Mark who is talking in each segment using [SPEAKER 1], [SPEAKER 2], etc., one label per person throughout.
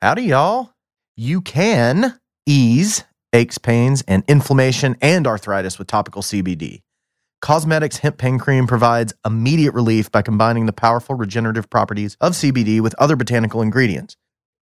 [SPEAKER 1] Howdy, y'all. You can ease aches, pains, and inflammation and arthritis with topical CBD. Cosmetics Hemp Pain Cream provides immediate relief by combining the powerful regenerative properties of CBD with other botanical ingredients.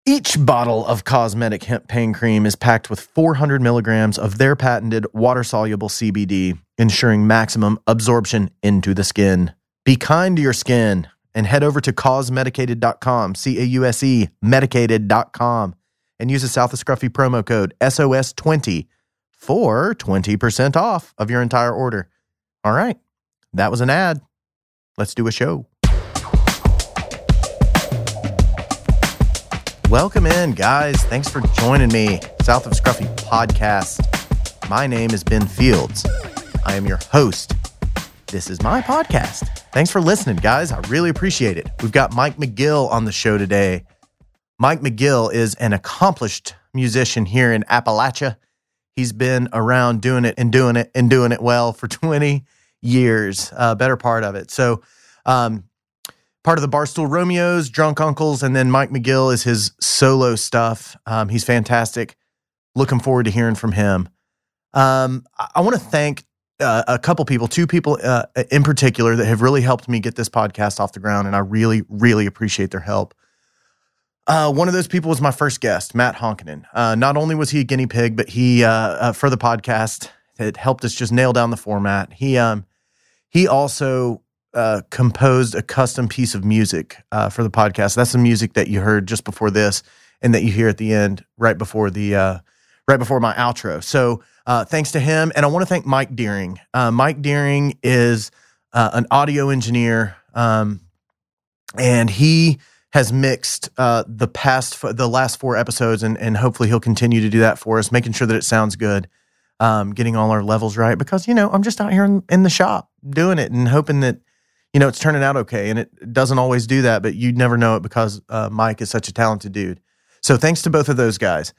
[SPEAKER 1] Each bottle of Cosmetic Hemp Pain Cream is packed with 400 milligrams of their patented water soluble CBD, ensuring maximum absorption into the skin. Be kind to your skin and head over to causemedicated.com, C A U S E, medicated.com, and use the South of Scruffy promo code SOS20 for 20% off of your entire order. All right, that was an ad. Let's do a show. Welcome in, guys. Thanks for joining me, South of Scruffy podcast. My name is Ben Fields. I am your host. This is my podcast. Thanks for listening, guys. I really appreciate it. We've got Mike McGill on the show today. Mike McGill is an accomplished musician here in Appalachia. He's been around doing it and doing it and doing it well for 20 years, uh, better part of it. So, um, part of the Barstool Romeos, Drunk Uncles, and then Mike McGill is his solo stuff. Um, he's fantastic. Looking forward to hearing from him. Um, I, I want to thank uh, a couple people, two people uh, in particular that have really helped me get this podcast off the ground, and I really, really appreciate their help. Uh, one of those people was my first guest, Matt Honkinen. Uh, not only was he a guinea pig, but he uh, uh, for the podcast it helped us just nail down the format. He um he also uh, composed a custom piece of music uh, for the podcast. That's the music that you heard just before this, and that you hear at the end, right before the uh, right before my outro. So uh, thanks to him, and I want to thank Mike Deering. Uh, Mike Deering is uh, an audio engineer, um, and he has mixed uh, the past f- the last four episodes, and and hopefully he'll continue to do that for us, making sure that it sounds good, um, getting all our levels right. Because you know I'm just out here in, in the shop doing it and hoping that you know it's turning out okay, and it doesn't always do that, but you never know it because uh, Mike is such a talented dude. So thanks to both of those guys.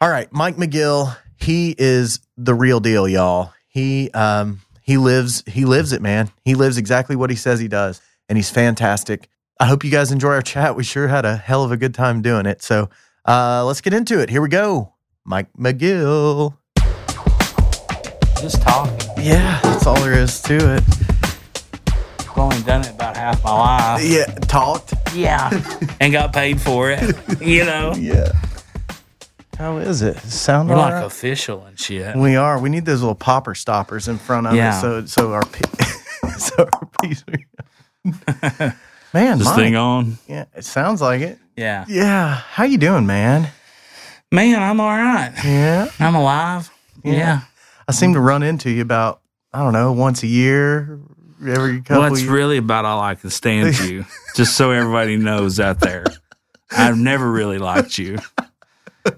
[SPEAKER 1] All right, Mike McGill, he is the real deal, y'all. He um he lives he lives it, man. He lives exactly what he says he does, and he's fantastic. I hope you guys enjoy our chat. We sure had a hell of a good time doing it. So uh, let's get into it. Here we go. Mike McGill.
[SPEAKER 2] Just talking.
[SPEAKER 1] Yeah, that's all there is to it.
[SPEAKER 2] I've only done it about half my life.
[SPEAKER 1] Yeah, talked.
[SPEAKER 2] Yeah. and got paid for it. You know?
[SPEAKER 1] Yeah. How is it? Sound
[SPEAKER 2] We're
[SPEAKER 1] all
[SPEAKER 2] like
[SPEAKER 1] right?
[SPEAKER 2] official and shit.
[SPEAKER 1] We are. We need those little popper stoppers in front of
[SPEAKER 2] Yeah.
[SPEAKER 1] us so so our pe- so our piece. man,
[SPEAKER 3] this
[SPEAKER 1] Mike,
[SPEAKER 3] thing on.
[SPEAKER 1] Yeah, it sounds like it.
[SPEAKER 2] Yeah.
[SPEAKER 1] Yeah, how you doing, man?
[SPEAKER 2] Man, I'm all right.
[SPEAKER 1] Yeah,
[SPEAKER 2] I'm alive. Yeah.
[SPEAKER 1] I seem to run into you about I don't know once a year, every couple.
[SPEAKER 3] Well, that's
[SPEAKER 1] years.
[SPEAKER 3] really about all I can stand you, just so everybody knows out there. I've never really liked you.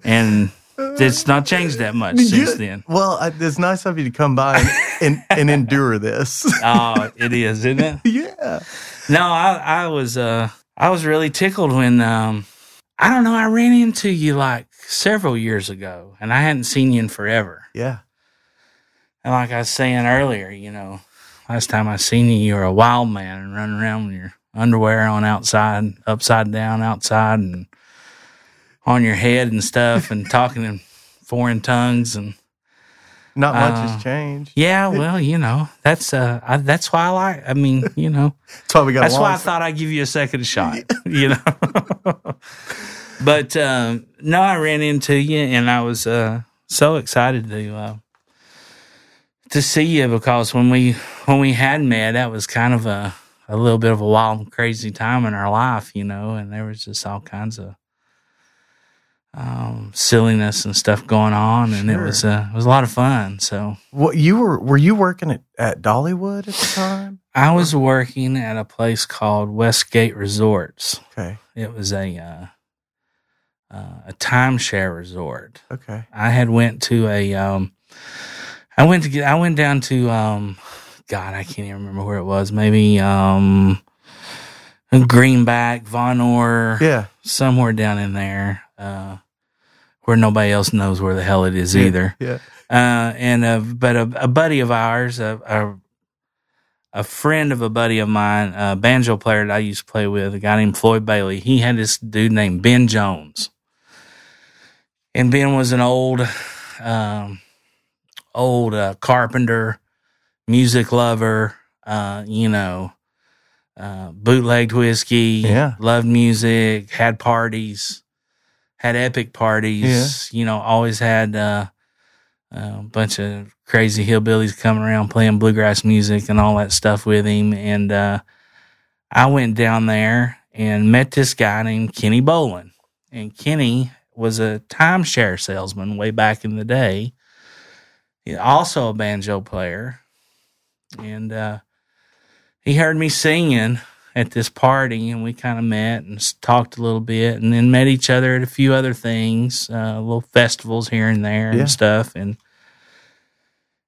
[SPEAKER 3] And it's not changed that much since
[SPEAKER 1] You-
[SPEAKER 3] then.
[SPEAKER 1] Well, I, it's nice of you to come by and and, and endure this.
[SPEAKER 3] Oh, it is, isn't it?
[SPEAKER 1] yeah,
[SPEAKER 3] No, I,
[SPEAKER 2] I was uh I was really tickled when um I don't know, I ran into you like several years ago and I hadn't seen you in forever.
[SPEAKER 1] yeah,
[SPEAKER 2] And like I was saying earlier, you know, last time I seen you, you were a wild man and running around with your underwear on outside, upside down outside, and on your head and stuff, and talking in foreign tongues. And
[SPEAKER 1] not much
[SPEAKER 2] Uh,
[SPEAKER 1] has changed.
[SPEAKER 2] yeah, well, you know, that's uh, I, that's why I like. I mean, you know,
[SPEAKER 1] That's why we got.
[SPEAKER 2] that's
[SPEAKER 1] along
[SPEAKER 2] why I
[SPEAKER 1] so-
[SPEAKER 2] thought I'd give you a second shot, you know. but um, no, I ran into you and I was uh, so excited to uh, to see you because when we when we had met, that was kind of a a little bit of a wild, and crazy time in our life, you know, and there was just all kinds of um, silliness and stuff going on, and it was uh, it was a lot of fun. So
[SPEAKER 1] What you were? Were you working at, at Dollywood at the time?
[SPEAKER 2] I was working at a place called Westgate Resorts.
[SPEAKER 1] Okay,
[SPEAKER 2] It was a uh, uh, a timeshare resort.
[SPEAKER 1] okay.
[SPEAKER 2] I had went to a um, I went to get I went down to um, God, I can't even remember where it was. Maybe um, Greenback, Von Or,
[SPEAKER 1] Yeah,
[SPEAKER 2] somewhere down in there, uh, where nobody else knows where the hell it is either
[SPEAKER 1] yeah.
[SPEAKER 2] uh, and a, but a, a buddy of ours, a, a a friend of a buddy of mine, a banjo player that I used to play with, a guy named Floyd Bailey. He had this dude named Ben Jones, and Ben was an old, um, old uh, carpenter, music lover. Uh, you know, uh, bootlegged whiskey.
[SPEAKER 1] Yeah.
[SPEAKER 2] loved music. Had parties. Had epic parties. You know, always had uh, a bunch of crazy hillbillies coming around playing bluegrass music and all that stuff with him. And uh, I went down there and met this guy named Kenny Bolin. And Kenny was a timeshare salesman way back in the day. He's also a banjo player. And uh, he heard me singing at this party, and we kind of met and s- talked a little bit, and then met each other at a few other things, uh, little festivals here and there
[SPEAKER 1] Yeah.
[SPEAKER 2] and stuff. And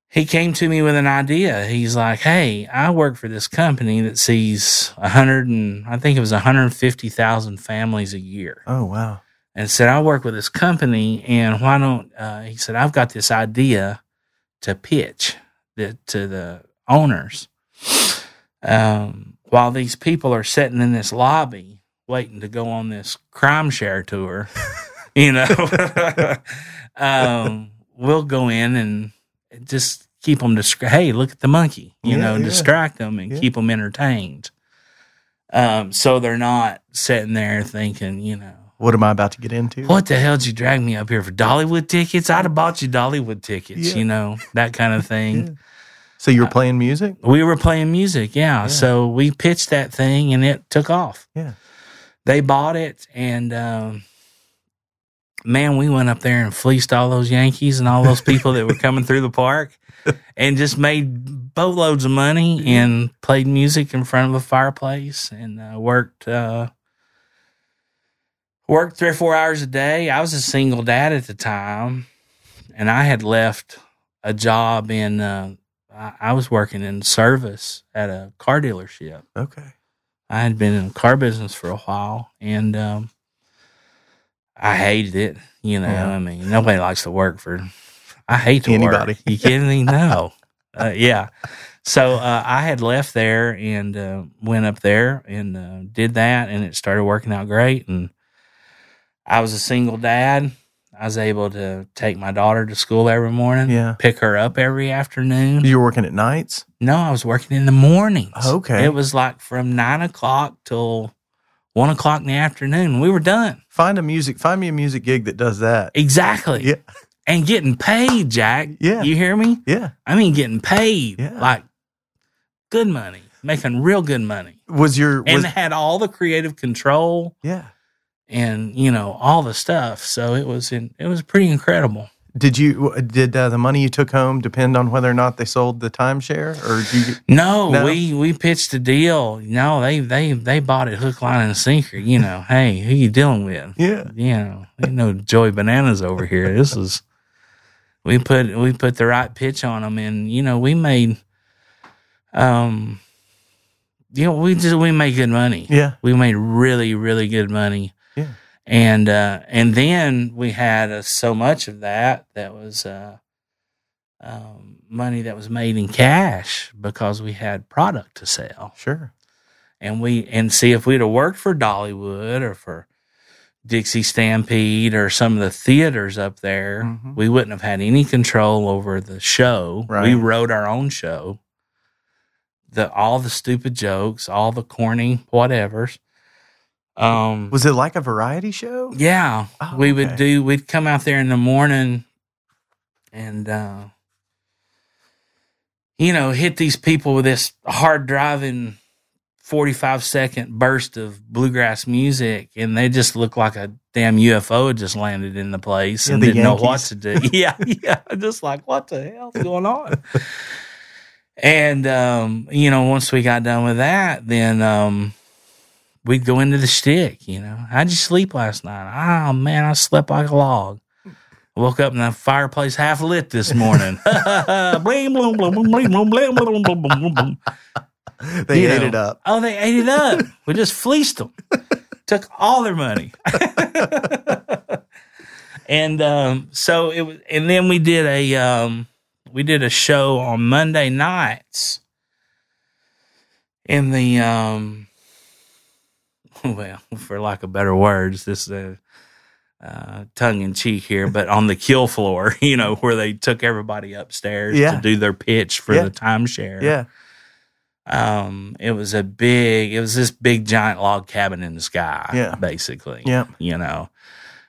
[SPEAKER 2] he came to me with an idea. He's like, "Hey, I work for this company that sees a hundred and I think it was one hundred fifty thousand families a year."
[SPEAKER 1] Oh wow.
[SPEAKER 2] and said, I work with this company, and why don't uh, he said, I've got this idea to pitch the, to the owners. Um, while these people are sitting in this lobby waiting to go on this crime share tour, you know, um, we'll go in and just keep them distra- hey look at the monkey you
[SPEAKER 1] Yeah,
[SPEAKER 2] know
[SPEAKER 1] yeah.
[SPEAKER 2] distract them and
[SPEAKER 1] Yeah.
[SPEAKER 2] keep them entertained um, so they're not sitting there thinking you know
[SPEAKER 1] What am I about to get into?
[SPEAKER 2] what the hell did you drag me up here for Dollywood tickets? I'd have bought you Dollywood tickets,
[SPEAKER 1] Yeah.
[SPEAKER 2] you know, that kind of thing.
[SPEAKER 1] So you were playing music?
[SPEAKER 2] We were playing music, yeah.
[SPEAKER 1] Yeah.
[SPEAKER 2] So we pitched that thing and it took off.
[SPEAKER 1] Yeah.
[SPEAKER 2] They bought it and um, man, we went up there and fleeced all those Yankees and all those people that were coming through the park and just made boatloads of money and played music in front of a fireplace and uh, worked uh, worked three or four hours a day. I was a single dad at the time, and I had left a job in. Uh, I I was working in service at a car dealership.
[SPEAKER 1] Okay.
[SPEAKER 2] I had been in the car business for a while, and um, I hated it. You know,
[SPEAKER 1] Yeah.
[SPEAKER 2] I mean, nobody likes to work for. I hate to
[SPEAKER 1] Anybody.
[SPEAKER 2] work. You kidding me? No. uh, yeah. So uh, I had left there and uh, went up there and uh, did that, and it started working out great. And I was a single dad. I was able to take my daughter to school every morning,
[SPEAKER 1] Yeah.
[SPEAKER 2] pick her up every afternoon.
[SPEAKER 1] You were working at nights?
[SPEAKER 2] No, I was working in the mornings.
[SPEAKER 1] Okay.
[SPEAKER 2] It was like from nine o'clock till one o'clock in the afternoon. We were done.
[SPEAKER 1] Find a music find me a music gig that does that.
[SPEAKER 2] Exactly.
[SPEAKER 1] Yeah.
[SPEAKER 2] And getting paid, Jack.
[SPEAKER 1] Yeah.
[SPEAKER 2] You hear me?
[SPEAKER 1] Yeah.
[SPEAKER 2] I mean, getting paid
[SPEAKER 1] Yeah.
[SPEAKER 2] like good money, making real good money.
[SPEAKER 1] Was your
[SPEAKER 2] and
[SPEAKER 1] was,
[SPEAKER 2] had all the creative control
[SPEAKER 1] Yeah.
[SPEAKER 2] and, you know, all the stuff. So it was in, it was pretty incredible.
[SPEAKER 1] Did you did uh, the money you took home depend on whether or not they sold the timeshare or do you
[SPEAKER 2] No,
[SPEAKER 1] No?
[SPEAKER 2] we we pitched a deal. No, they they they bought it hook, line, and sinker. You know, hey, who you dealing with?
[SPEAKER 1] Yeah.
[SPEAKER 2] you know, ain't no joy bananas over here. This is we put we put the right pitch on them, and you know we made, um, you know we just we made good money.
[SPEAKER 1] Yeah.
[SPEAKER 2] We made really really good money.
[SPEAKER 1] Yeah.
[SPEAKER 2] And uh, and then we had uh, so much of that that was uh, um, money that was made in cash because we had product to sell
[SPEAKER 1] Sure.
[SPEAKER 2] and we and see if we'd have worked for Dollywood or for Dixie Stampede or some of the theaters up there,
[SPEAKER 1] Mhm.
[SPEAKER 2] we wouldn't have had any control over the show.
[SPEAKER 1] Right.
[SPEAKER 2] We wrote our own show. The all the stupid jokes, all the corny whatevers. Um
[SPEAKER 1] Was it like a variety show?
[SPEAKER 2] yeah,
[SPEAKER 1] Oh,
[SPEAKER 2] we
[SPEAKER 1] okay.
[SPEAKER 2] would do. We'd come out there in the morning, and uh, you know, hit these people with this hard driving, forty-five second burst of bluegrass music, and they just look like a damn UFO had just landed in the place
[SPEAKER 1] Yeah,
[SPEAKER 2] and
[SPEAKER 1] the
[SPEAKER 2] didn't know what
[SPEAKER 1] Yankees.
[SPEAKER 2] to do. yeah, yeah, just like what the hell's going on? and um, you know, once we got done with that, then um we'd go into the shtick, you know. How'd you sleep last night? Oh man, I slept like a log. Woke up in the fireplace half lit this morning. Bling, blum, blum, blum, bling, blum, blum, blum, blum, blum, blum, blum.
[SPEAKER 1] They
[SPEAKER 2] you
[SPEAKER 1] ate
[SPEAKER 2] know.
[SPEAKER 1] it up.
[SPEAKER 2] Oh, they ate it up. We just fleeced them. Took all their money. and um, so it was and then we did a um, we did a show on Monday nights in the um well, for lack of better words, this uh, uh, tongue in cheek here, but on the kill floor, you know, where they took everybody upstairs
[SPEAKER 1] Yeah.
[SPEAKER 2] to do their pitch for
[SPEAKER 1] Yeah.
[SPEAKER 2] the timeshare.
[SPEAKER 1] Yeah.
[SPEAKER 2] Um, it was a big, it was this big giant log cabin in the sky,
[SPEAKER 1] Yeah.
[SPEAKER 2] basically.
[SPEAKER 1] Yeah.
[SPEAKER 2] You know,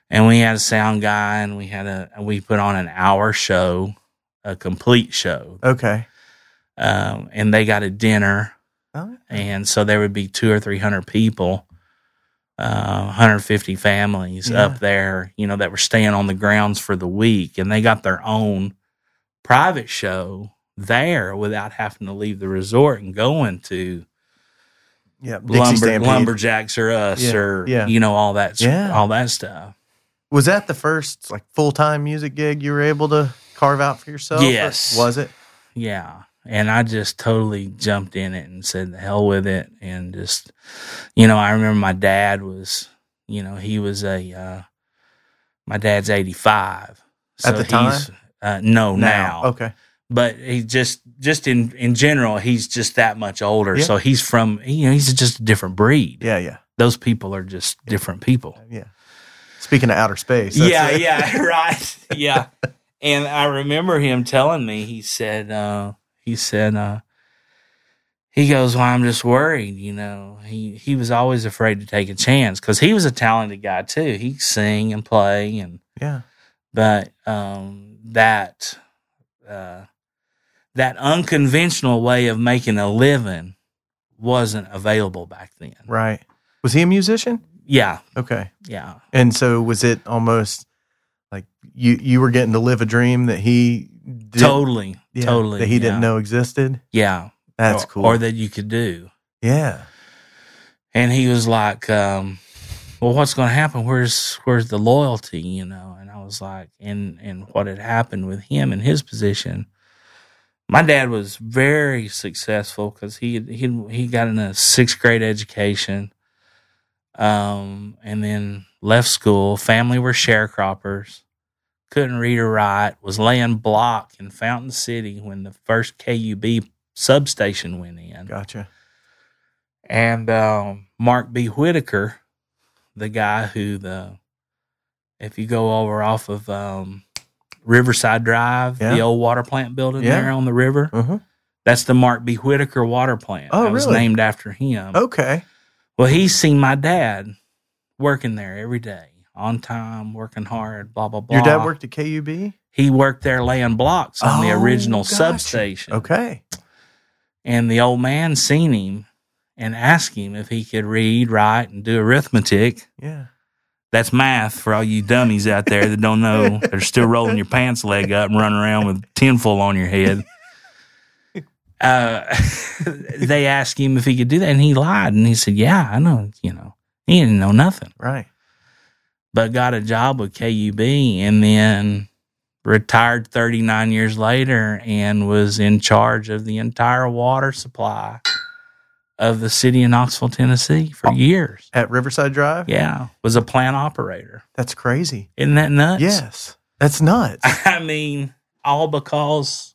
[SPEAKER 2] and we had a sound guy and we had a, we put on an hour show, a complete show.
[SPEAKER 1] Okay.
[SPEAKER 2] Um, and they got a dinner
[SPEAKER 1] Oh,
[SPEAKER 2] and so there would be two or three hundred people, uh, 150 families
[SPEAKER 1] Yeah.
[SPEAKER 2] up there, you know, that were staying on the grounds for the week, and they got their own private show there without having to leave the resort and going to
[SPEAKER 1] yeah. Dixie
[SPEAKER 2] lumber,
[SPEAKER 1] Stampede.
[SPEAKER 2] lumberjacks or us
[SPEAKER 1] Yeah,
[SPEAKER 2] or
[SPEAKER 1] yeah.
[SPEAKER 2] you know all that
[SPEAKER 1] Yeah.
[SPEAKER 2] all that stuff.
[SPEAKER 1] Was that the first like full time music gig you were able to carve out for yourself? or
[SPEAKER 2] Yes.
[SPEAKER 1] Was it?
[SPEAKER 2] Yeah. And I just totally jumped in it and said, the hell with it. And just, you know, I remember my dad was, you know, he was a, uh, my dad's 85.
[SPEAKER 1] At the Oh.
[SPEAKER 2] uh, no, now.
[SPEAKER 1] Okay.
[SPEAKER 2] But he just, just in, in general, he's just that much older.
[SPEAKER 1] Yeah.
[SPEAKER 2] So he's from, you know, he's just a different breed.
[SPEAKER 1] Yeah. Yeah.
[SPEAKER 2] Those people are just different people
[SPEAKER 1] Yeah. Speaking of outer space. that's
[SPEAKER 2] yeah,
[SPEAKER 1] it.
[SPEAKER 2] yeah, right. Yeah. And I remember him telling me, he said, uh, he said, uh, he goes, well, I'm just worried, you know. He he was always afraid to take a chance because he was a talented guy too. He sing and play, and
[SPEAKER 1] Yeah.
[SPEAKER 2] but um, that uh, that unconventional way of making a living wasn't available back then.
[SPEAKER 1] Right. Was he a musician?
[SPEAKER 2] Yeah,
[SPEAKER 1] Okay.
[SPEAKER 2] yeah,
[SPEAKER 1] And so was it almost like you you were getting to live a dream that he did,
[SPEAKER 2] totally,
[SPEAKER 1] yeah,
[SPEAKER 2] totally
[SPEAKER 1] that he
[SPEAKER 2] yeah.
[SPEAKER 1] didn't know existed?
[SPEAKER 2] Yeah,
[SPEAKER 1] That's
[SPEAKER 2] or-
[SPEAKER 1] cool.
[SPEAKER 2] or that you could do.
[SPEAKER 1] yeah.
[SPEAKER 2] and he was like um well what's going to happen where's where's the loyalty you know and i was like and and what had happened with him in his position my dad was very successful because he he he got in a sixth grade education um and then left school family were sharecroppers couldn't read or write was laying block in fountain city when the first kub substation went in
[SPEAKER 1] Gotcha.
[SPEAKER 2] and um, Mark B. Whitaker, the guy who the if you go over off of um, Riverside Drive,
[SPEAKER 1] Yeah.
[SPEAKER 2] the old water plant building
[SPEAKER 1] Yeah.
[SPEAKER 2] there on the river,
[SPEAKER 1] Uh-huh.
[SPEAKER 2] that's the Mark B. Whitaker water plant.
[SPEAKER 1] Oh,
[SPEAKER 2] that was
[SPEAKER 1] really? Oh.
[SPEAKER 2] named after him.
[SPEAKER 1] Okay.
[SPEAKER 2] Well, he's seen my dad working there every day, on time, working hard, blah blah blah.
[SPEAKER 1] Your dad worked at KUB?
[SPEAKER 2] He worked there laying blocks on the
[SPEAKER 1] Oh,
[SPEAKER 2] original
[SPEAKER 1] gotcha.
[SPEAKER 2] substation.
[SPEAKER 1] Okay.
[SPEAKER 2] And the old man seen him and asked him if he could read, write, and do arithmetic.
[SPEAKER 1] Yeah.
[SPEAKER 2] That's math for all you dummies out there that don't know. They're still rolling your pants leg up and running around with tinfoil on your head. Uh, they asked him if he could do that, and he lied. And he said, "Yeah, I know. You know, he didn't know nothing,
[SPEAKER 1] Right.
[SPEAKER 2] but got a job with KUB, and then retired 39 years later, and was in charge of the entire water supply of the city of Knoxville, Tennessee, for years.
[SPEAKER 1] At Riverside Drive?
[SPEAKER 2] Yeah, was a plant operator."
[SPEAKER 1] That's crazy.
[SPEAKER 2] Isn't that nuts?
[SPEAKER 1] Yes. That's nuts.
[SPEAKER 2] I mean, all because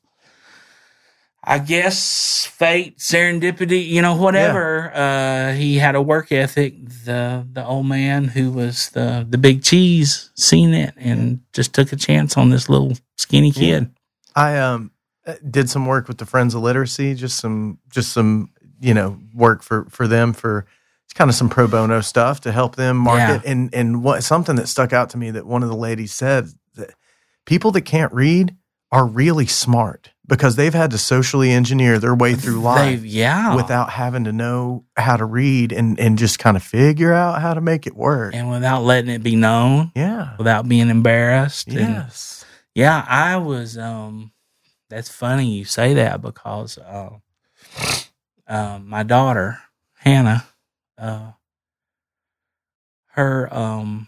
[SPEAKER 2] I guess fate, serendipity, you know, whatever. Uh, he had a work ethic. The the old man who was the the big cheese seen it and just took a chance on this little skinny
[SPEAKER 1] Yeah.
[SPEAKER 2] kid.
[SPEAKER 1] I um uh, did some work with the Friends of Literacy, just some just some you know work for for them for it's kind of some pro bono stuff to help them market and and what something that stuck out to me that one of the ladies said that people that can't read are really smart because they've had to socially engineer their way through
[SPEAKER 2] They've-
[SPEAKER 1] life
[SPEAKER 2] yeah,
[SPEAKER 1] without having to know how to read and and just kind of figure out how to make it work.
[SPEAKER 2] and without letting it be known,
[SPEAKER 1] yeah.
[SPEAKER 2] without being embarrassed. And,
[SPEAKER 1] Yes.
[SPEAKER 2] Yeah, I was. Um, that's funny you say that because uh, um, my daughter Hannah, uh, her um,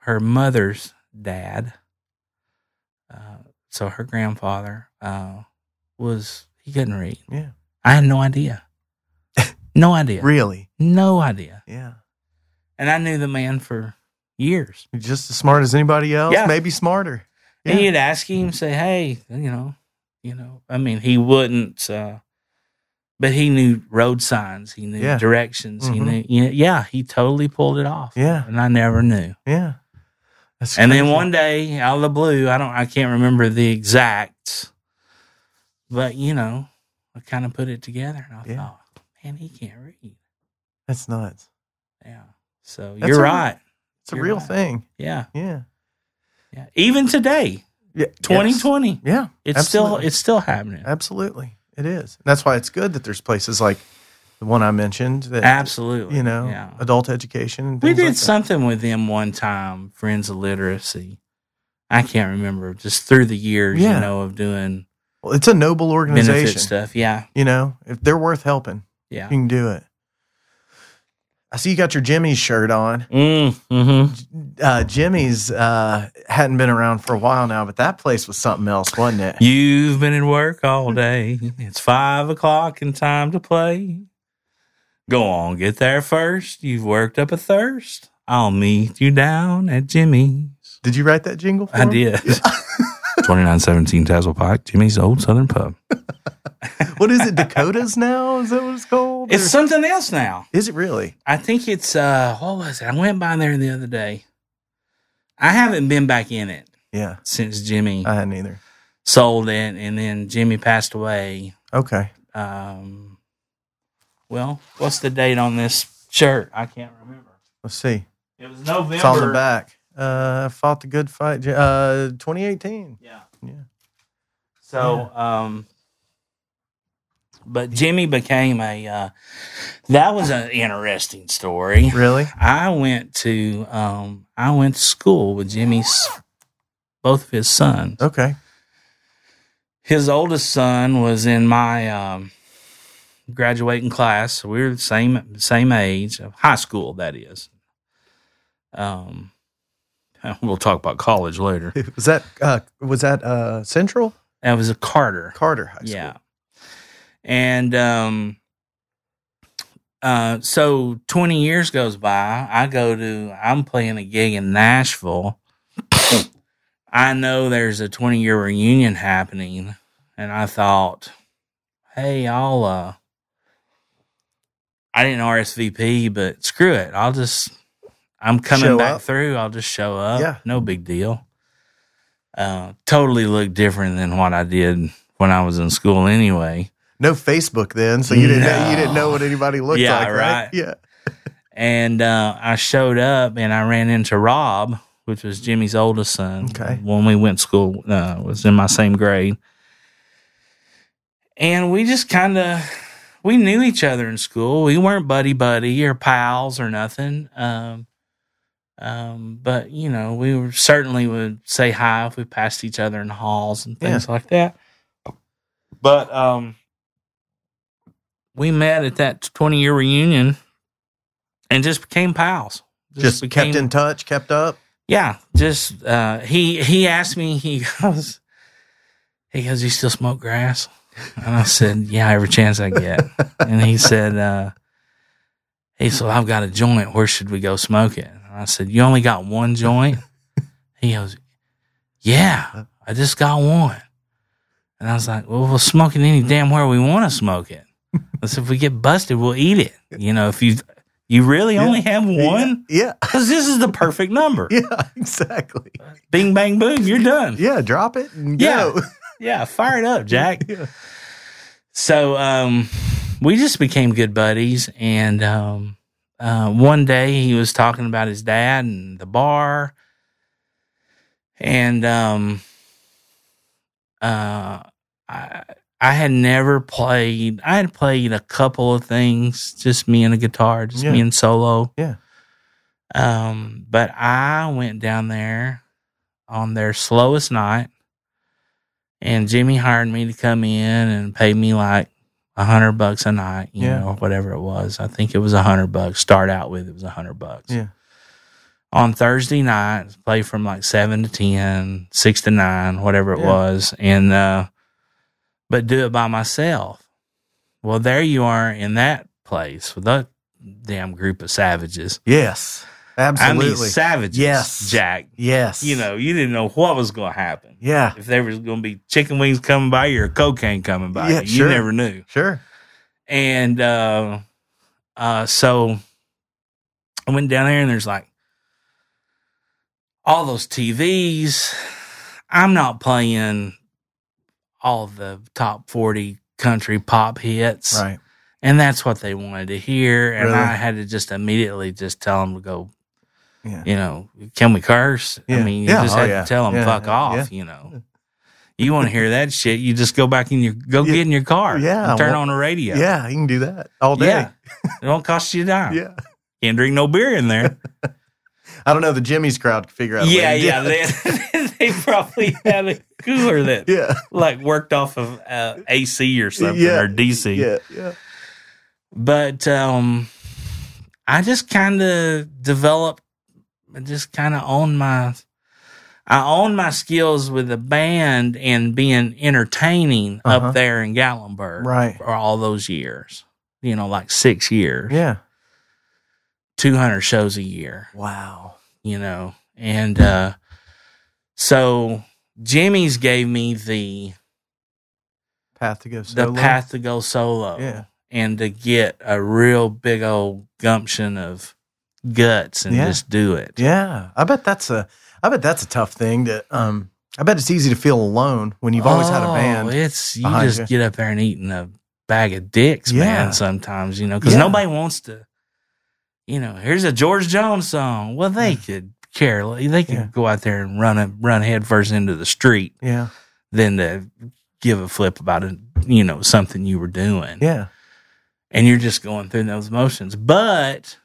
[SPEAKER 2] her mother's dad, uh, so her grandfather uh, was he couldn't read.
[SPEAKER 1] Yeah.
[SPEAKER 2] I had no idea, no idea,
[SPEAKER 1] Really.
[SPEAKER 2] no idea,
[SPEAKER 1] Yeah.
[SPEAKER 2] and I knew the man for years.
[SPEAKER 1] You're just as smart as anybody else,
[SPEAKER 2] Yeah.
[SPEAKER 1] maybe smarter.
[SPEAKER 2] And
[SPEAKER 1] Yeah.
[SPEAKER 2] you'd ask him, say, "Hey, you know, you know." I mean, he wouldn't, uh, but he knew road signs, he knew
[SPEAKER 1] Yeah.
[SPEAKER 2] directions,
[SPEAKER 1] Mhm.
[SPEAKER 2] he knew. Yeah, yeah, he totally pulled it off.
[SPEAKER 1] Yeah.
[SPEAKER 2] and I never knew.
[SPEAKER 1] Yeah. That's
[SPEAKER 2] And then
[SPEAKER 1] crazy.
[SPEAKER 2] one day, out of the blue, I don't, I can't remember the exact, but you know, I kind of put it together, and I
[SPEAKER 1] Yeah.
[SPEAKER 2] thought, man, he can't read.
[SPEAKER 1] That's nuts.
[SPEAKER 2] Yeah. So
[SPEAKER 1] That's
[SPEAKER 2] you're
[SPEAKER 1] a-
[SPEAKER 2] right.
[SPEAKER 1] It's a
[SPEAKER 2] You're
[SPEAKER 1] real
[SPEAKER 2] right.
[SPEAKER 1] thing.
[SPEAKER 2] Yeah.
[SPEAKER 1] Yeah.
[SPEAKER 2] Yeah. Even today,
[SPEAKER 1] Yeah.
[SPEAKER 2] 2020, it's,
[SPEAKER 1] Yeah.
[SPEAKER 2] still
[SPEAKER 1] absolutely.
[SPEAKER 2] it's still happening.
[SPEAKER 1] absolutely it is. That's why it's good that there's places like the one I mentioned that
[SPEAKER 2] Absolutely.
[SPEAKER 1] you know
[SPEAKER 2] Yeah.
[SPEAKER 1] adult education. and
[SPEAKER 2] We
[SPEAKER 1] things
[SPEAKER 2] did
[SPEAKER 1] like that.
[SPEAKER 2] something with them one time, Friends of Literacy. I can't remember. Just through the years,
[SPEAKER 1] Yeah.
[SPEAKER 2] you know, of doing
[SPEAKER 1] Well, it's a noble
[SPEAKER 2] benefit
[SPEAKER 1] organization.
[SPEAKER 2] stuff. Yeah.
[SPEAKER 1] You know, if they're worth helping,
[SPEAKER 2] Yeah.
[SPEAKER 1] you can do it. I see you got your Jimmy's shirt on.
[SPEAKER 2] Mm, hmm
[SPEAKER 1] Uh, Jimmy's uh, hadn't been around for a while now, but that place was something else, wasn't it?
[SPEAKER 2] You've been at work all day. It's five o'clock and time to play. Go on, get there first. You've worked up a thirst. I'll meet you down at Jimmy's.
[SPEAKER 1] Did you write that jingle? For
[SPEAKER 2] I
[SPEAKER 1] him?
[SPEAKER 2] did. 2917 Tassel Pike, Jimmy's Old Southern Pub.
[SPEAKER 1] What is it? Dakotas now? Is that what it's called?
[SPEAKER 2] It's
[SPEAKER 1] Or-
[SPEAKER 2] something else now.
[SPEAKER 1] is it really?
[SPEAKER 2] I think it's uh what was it? I went by there the other day. I haven't been back in it
[SPEAKER 1] Yeah,
[SPEAKER 2] since Jimmy
[SPEAKER 1] I hadn't either.
[SPEAKER 2] sold it and then Jimmy passed away.
[SPEAKER 1] Okay,
[SPEAKER 2] Um well, what's the date on this shirt? I can't remember.
[SPEAKER 1] let's see.
[SPEAKER 2] It was November.
[SPEAKER 1] It's on the back. Uh, fought the good fight. J- Uh, 2018.
[SPEAKER 2] Yeah.
[SPEAKER 1] Yeah.
[SPEAKER 2] So um but Jimmy became a uh that was an interesting story.
[SPEAKER 1] Really?
[SPEAKER 2] I went to um I went to school with Jimmy's both of his sons.
[SPEAKER 1] Okay.
[SPEAKER 2] his oldest son was in my um, graduating class. So we were the same same age, of high school that is. Um, we'll talk about college later.
[SPEAKER 1] Was that uh, was that uh, Central
[SPEAKER 2] That was a Carter.
[SPEAKER 1] Carter High School?
[SPEAKER 2] Yeah, and um, uh, so twenty years goes by. I go to I'm playing a gig in Nashville. I know there's a 20 year reunion happening, and I thought, hey, I'll uh I didn't RSVP, but screw it. I'll just I'm coming
[SPEAKER 1] Show
[SPEAKER 2] back
[SPEAKER 1] up.
[SPEAKER 2] through. I'll just show up.
[SPEAKER 1] Yeah.
[SPEAKER 2] No big deal. Uh totally looked different than what I did when I was in school anyway.
[SPEAKER 1] No Facebook then, so you didn't know, you didn't
[SPEAKER 2] No.
[SPEAKER 1] know what anybody looked
[SPEAKER 2] Yeah,
[SPEAKER 1] like, right?
[SPEAKER 2] right.
[SPEAKER 1] Yeah.
[SPEAKER 2] And uh I showed up and I ran into Rob, which was Jimmy's oldest son.
[SPEAKER 1] Okay.
[SPEAKER 2] When we went to school, uh was in my same grade. and we just kind of we knew each other in school. We weren't buddy buddy or pals or nothing. Um, um, but you know, we were certainly would say hi if we passed each other in halls and things like that. But um, we met at that twenty year reunion and just became pals.
[SPEAKER 1] Just kept in touch, kept up.
[SPEAKER 2] Yeah, just uh, he he asked me. He goes, he goes, you still smoke grass? And I said, yeah, every chance I get. and he said, uh, he said, I've got a joint. Where should we go smoke it? And I said, you only got one joint. he goes, yeah, I just got one. And I was like, well, we'll smoke it any damn where we want to smoke it. I said, if we get busted, we'll eat it. You know, if you you really
[SPEAKER 1] Yeah.
[SPEAKER 2] only have one,
[SPEAKER 1] Yeah.
[SPEAKER 2] because this is the perfect number.
[SPEAKER 1] Yeah. yeah, Exactly.
[SPEAKER 2] Bing, bang, boom, you're done.
[SPEAKER 1] Yeah. Drop it and
[SPEAKER 2] Yeah.
[SPEAKER 1] go.
[SPEAKER 2] Yeah, fire it up, Jack.
[SPEAKER 1] Yeah.
[SPEAKER 2] So um, we just became good buddies. And um, uh, one day he was talking about his dad and the bar. And um, uh, I, I had never played, I had played a couple of things, just me and a guitar, just
[SPEAKER 1] Yeah.
[SPEAKER 2] me and solo.
[SPEAKER 1] Yeah.
[SPEAKER 2] Um, but I went down there on their slowest night, and Jimmy hired me to come in and pay me like a hundred bucks a night, you
[SPEAKER 1] Yeah.
[SPEAKER 2] know, whatever it was. I think it was a hundred bucks. Start out with it was a hundred bucks.
[SPEAKER 1] Yeah.
[SPEAKER 2] On Thursday night, play from like seven to ten, six to nine, whatever it
[SPEAKER 1] Yeah.
[SPEAKER 2] was, and uh, but do it by myself. Well, there you are in that place with that damn group of savages.
[SPEAKER 1] Yes.
[SPEAKER 2] I
[SPEAKER 1] Absolutely.
[SPEAKER 2] mean, savages.
[SPEAKER 1] Yes.
[SPEAKER 2] Jack.
[SPEAKER 1] yes.
[SPEAKER 2] You know, you didn't know what was going to happen.
[SPEAKER 1] Yeah.
[SPEAKER 2] If there was going to be chicken wings coming by you or cocaine coming by
[SPEAKER 1] Yeah,
[SPEAKER 2] you,
[SPEAKER 1] sure.
[SPEAKER 2] you never knew.
[SPEAKER 1] Sure.
[SPEAKER 2] And uh, uh, so I went down there, and there's like all those TVs. I'm not playing all the top 40 country pop hits.
[SPEAKER 1] Right.
[SPEAKER 2] And that's what they wanted to hear. And
[SPEAKER 1] Really?
[SPEAKER 2] I had to just immediately just tell them to go,
[SPEAKER 1] Yeah.
[SPEAKER 2] you know, can we curse?
[SPEAKER 1] Yeah.
[SPEAKER 2] I mean, you
[SPEAKER 1] Yeah.
[SPEAKER 2] just
[SPEAKER 1] Oh,
[SPEAKER 2] had
[SPEAKER 1] yeah.
[SPEAKER 2] to tell them
[SPEAKER 1] Yeah,
[SPEAKER 2] fuck
[SPEAKER 1] yeah,
[SPEAKER 2] off, you know. You want to hear that shit? You just go back in your go
[SPEAKER 1] Yeah.
[SPEAKER 2] get in your car.
[SPEAKER 1] Yeah,
[SPEAKER 2] and turn
[SPEAKER 1] well,
[SPEAKER 2] on the radio.
[SPEAKER 1] Yeah. you can do that all day.
[SPEAKER 2] yeah. it won't cost you a dime.
[SPEAKER 1] Yeah.
[SPEAKER 2] Can't drink no beer in there.
[SPEAKER 1] I don't know. The Jimmy's crowd could figure out. a way
[SPEAKER 2] yeah,
[SPEAKER 1] to do
[SPEAKER 2] yeah.
[SPEAKER 1] that.
[SPEAKER 2] They, they probably had a cooler that
[SPEAKER 1] yeah,
[SPEAKER 2] like worked off of uh, AC or something
[SPEAKER 1] Yeah.
[SPEAKER 2] or DC.
[SPEAKER 1] yeah, yeah.
[SPEAKER 2] But um, I just kind of developed, I just kind of owned my, I owned my skills with the band and being entertaining
[SPEAKER 1] Uh-huh.
[SPEAKER 2] up there in Gatlinburg
[SPEAKER 1] Right.
[SPEAKER 2] for all those years. You know, like six years,
[SPEAKER 1] Yeah.
[SPEAKER 2] two hundred shows a year.
[SPEAKER 1] Wow.
[SPEAKER 2] you know. And uh so Jimmy's gave me the
[SPEAKER 1] Path to go
[SPEAKER 2] the
[SPEAKER 1] solo.
[SPEAKER 2] path to go solo
[SPEAKER 1] Yeah.
[SPEAKER 2] and to get a real big old gumption of guts and
[SPEAKER 1] Yeah.
[SPEAKER 2] just do it.
[SPEAKER 1] Yeah, I bet that's a. I bet that's a tough thing to. Um, I bet it's easy to feel alone when you've always had a
[SPEAKER 2] Oh,
[SPEAKER 1] band.
[SPEAKER 2] It's you
[SPEAKER 1] behind
[SPEAKER 2] just
[SPEAKER 1] you.
[SPEAKER 2] get up there and eating a bag of dicks,
[SPEAKER 1] Yeah.
[SPEAKER 2] man, sometimes, you know, because
[SPEAKER 1] Yeah.
[SPEAKER 2] nobody wants to you know, here's a George Jones song. Well they could care they could
[SPEAKER 1] Yeah.
[SPEAKER 2] go out there and run a run headfirst into the street
[SPEAKER 1] Yeah,
[SPEAKER 2] than to give a flip about it, you know, something you were doing.
[SPEAKER 1] yeah,
[SPEAKER 2] And you're just going through those motions. But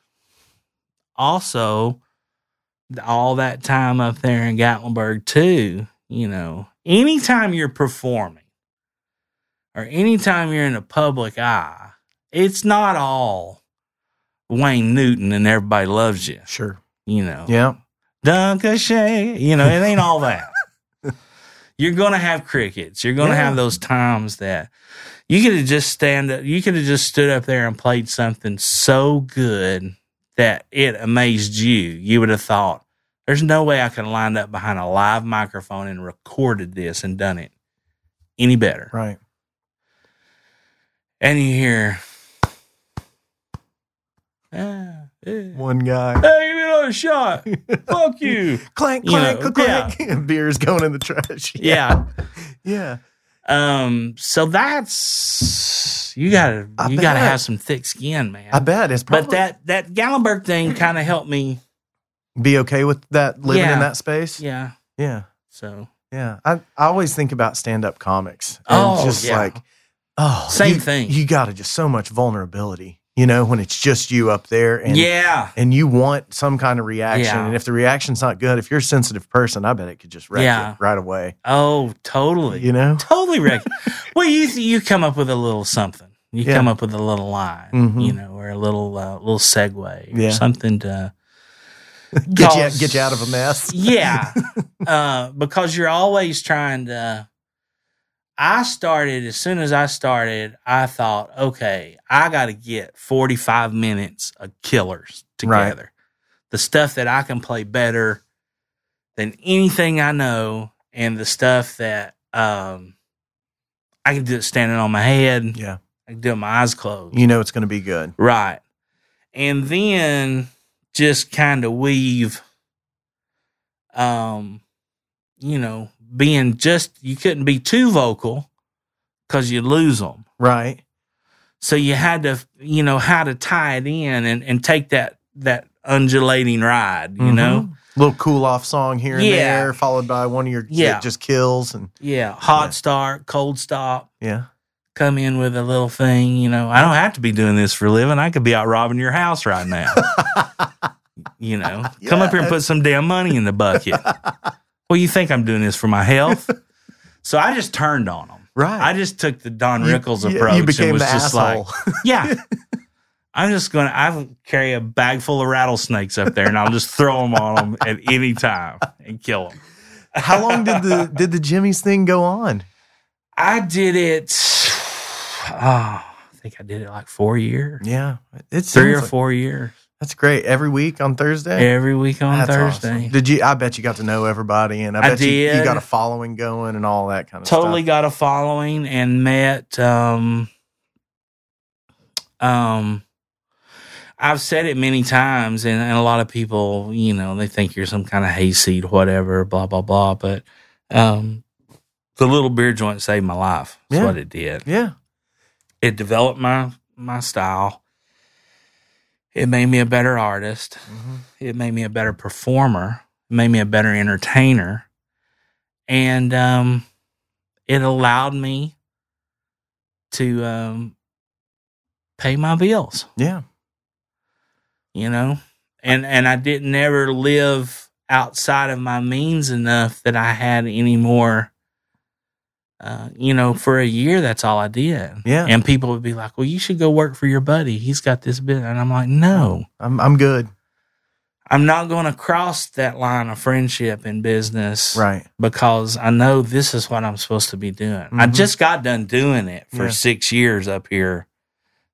[SPEAKER 2] also, all that time up there in Gatlinburg, too, you know, anytime you're performing or anytime you're in the public eye, it's not all Wayne Newton and everybody loves you,
[SPEAKER 1] sure.
[SPEAKER 2] you know.
[SPEAKER 1] Yeah,
[SPEAKER 2] Dunkashay. You know, it ain't all that. You're gonna have crickets. You're gonna
[SPEAKER 1] Yeah.
[SPEAKER 2] have those times that you could have just stand up. You could have just stood up there and played something so good that it amazed you. You would have thought, "There's no way I could have lined up behind a live microphone and recorded this and done it any better."
[SPEAKER 1] right.
[SPEAKER 2] And you hear, ah, eh.
[SPEAKER 1] One guy.
[SPEAKER 2] "Hey, give me another shot! Fuck you!"
[SPEAKER 1] clank,
[SPEAKER 2] You
[SPEAKER 1] clank,
[SPEAKER 2] know,
[SPEAKER 1] clank. Beer's going in the trash.
[SPEAKER 2] Yeah.
[SPEAKER 1] yeah.
[SPEAKER 2] Um, so that's you gotta
[SPEAKER 1] I
[SPEAKER 2] you gotta
[SPEAKER 1] bet.
[SPEAKER 2] have some thick skin, man.
[SPEAKER 1] I bet it's probably
[SPEAKER 2] but that that Gallenberg thing kind of helped me.
[SPEAKER 1] be okay with that living
[SPEAKER 2] Yeah.
[SPEAKER 1] in that space.
[SPEAKER 2] Yeah.
[SPEAKER 1] yeah,
[SPEAKER 2] So
[SPEAKER 1] yeah. I I always think about stand up comics. And
[SPEAKER 2] Oh,
[SPEAKER 1] just
[SPEAKER 2] yeah.
[SPEAKER 1] like oh,
[SPEAKER 2] Same
[SPEAKER 1] you-
[SPEAKER 2] thing.
[SPEAKER 1] You got to just so much vulnerability. You know, when it's just you up there and
[SPEAKER 2] yeah,
[SPEAKER 1] and you want some kind of reaction.
[SPEAKER 2] Yeah.
[SPEAKER 1] And if the reaction's not good, if you're a sensitive person, I bet it could just wreck
[SPEAKER 2] Yeah.
[SPEAKER 1] you right away.
[SPEAKER 2] oh, totally,
[SPEAKER 1] You know?
[SPEAKER 2] totally wrecked. well, you you come up with a little something. You
[SPEAKER 1] Yeah.
[SPEAKER 2] come up with a little line,
[SPEAKER 1] Mhm.
[SPEAKER 2] you know, or a little uh, little segue, or
[SPEAKER 1] Yeah.
[SPEAKER 2] something to
[SPEAKER 1] Get you,
[SPEAKER 2] cause-
[SPEAKER 1] get you out of a mess.
[SPEAKER 2] yeah uh, because you're always trying to i started as soon as i started i thought okay i gotta get 45 minutes of killers
[SPEAKER 1] Right.
[SPEAKER 2] together the stuff that i can play better than anything i know and the stuff that um, i can do it standing on my head
[SPEAKER 1] Yeah.
[SPEAKER 2] i can do it with my eyes closed
[SPEAKER 1] You know it's going to be good.
[SPEAKER 2] Right. And then just kind of weave um you know, being just you couldn't be too vocal cuz you lose them.
[SPEAKER 1] Right.
[SPEAKER 2] So you had to, you know, how to tie it in and and take that that undulating ride, you know?
[SPEAKER 1] Mm-hmm. Little cool off song here and
[SPEAKER 2] Yeah.
[SPEAKER 1] there, followed by one of your
[SPEAKER 2] Yeah.
[SPEAKER 1] that just kills and
[SPEAKER 2] Yeah, hot
[SPEAKER 1] Yeah.
[SPEAKER 2] start, cold stop,
[SPEAKER 1] yeah.
[SPEAKER 2] come in with a little thing, you know. I don't have to be doing this for a living. I could be out robbing your house right now. you know come up here and put some damn money in the bucket well you think i'm doing this for my health so i just turned on them i
[SPEAKER 1] right.
[SPEAKER 2] just took the don rickles
[SPEAKER 1] you,
[SPEAKER 2] approach
[SPEAKER 1] You became
[SPEAKER 2] and was
[SPEAKER 1] the
[SPEAKER 2] just
[SPEAKER 1] asshole.
[SPEAKER 2] like yeah i'm just gonna i carry a bag full of rattlesnakes up there and i'll just throw them on them at any time and kill them
[SPEAKER 1] How long did the did the Jimmy's thing go on?
[SPEAKER 2] i did it oh, i think i did it like four years
[SPEAKER 1] Yeah, it's
[SPEAKER 2] three or four years
[SPEAKER 1] That's great. Every week on Thursday.
[SPEAKER 2] every week on
[SPEAKER 1] That's
[SPEAKER 2] thursday
[SPEAKER 1] awesome. Did you? I bet you got to know everybody, and I
[SPEAKER 2] I
[SPEAKER 1] bet You, you
[SPEAKER 2] did.
[SPEAKER 1] got a following going and all that kind of
[SPEAKER 2] totally
[SPEAKER 1] stuff.
[SPEAKER 2] got a following and met um um I've said it many times, and, and a lot of people, you know, they think you're some kind of hayseed, whatever, blah blah blah. But um, the little beer joint saved my life. That's
[SPEAKER 1] Yeah.
[SPEAKER 2] what it did.
[SPEAKER 1] Yeah.
[SPEAKER 2] It developed my my style. It made me a better artist.
[SPEAKER 1] Mm-hmm.
[SPEAKER 2] It made me a better performer. It made me a better entertainer, and um, it allowed me to um, pay my bills
[SPEAKER 1] Yeah.
[SPEAKER 2] you know and and i didn't ever live outside of my means enough that i had any more uh, you know for a year that's all i did
[SPEAKER 1] Yeah.
[SPEAKER 2] and people would be like well you should go work for your buddy he's got this bit and i'm like no
[SPEAKER 1] I'm I'm good.
[SPEAKER 2] i'm not going to cross that line of friendship in business
[SPEAKER 1] Right.
[SPEAKER 2] because i know this is what i'm supposed to be doing i
[SPEAKER 1] Mhm.
[SPEAKER 2] just got done doing it for
[SPEAKER 1] Yeah.
[SPEAKER 2] six years up here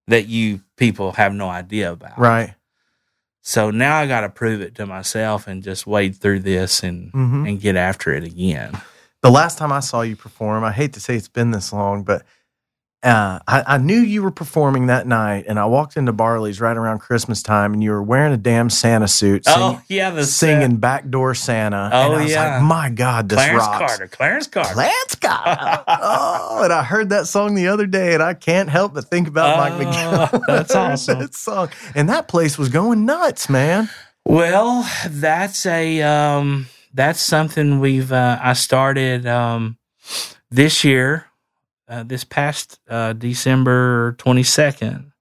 [SPEAKER 2] that you people have no idea about
[SPEAKER 1] Right.
[SPEAKER 2] so now I got to prove it to myself and just wade through this and
[SPEAKER 1] Mm-hmm.
[SPEAKER 2] and get after it again.
[SPEAKER 1] the last time I saw you perform, I hate to say it's been this long, but uh, I, I knew you were performing that night, and I walked into Barley's right around Christmas time, and you were wearing a damn Santa suit, sing,
[SPEAKER 2] oh yeah, the
[SPEAKER 1] singing "Backdoor Santa." and
[SPEAKER 2] Oh,
[SPEAKER 1] I was
[SPEAKER 2] yeah.
[SPEAKER 1] like, my God, this
[SPEAKER 2] Clarence
[SPEAKER 1] rocks.
[SPEAKER 2] Carter, Clarence Carter.
[SPEAKER 1] Clarence Carter. oh, and I heard that song the other day, and I can't help but think about Mike
[SPEAKER 2] Oh,
[SPEAKER 1] McGill.
[SPEAKER 2] that's
[SPEAKER 1] I heard
[SPEAKER 2] awesome.
[SPEAKER 1] that song, and that place was going nuts, man.
[SPEAKER 2] well, that's a um, that's something we've uh, I started um, this year, uh, this past uh, December twenty second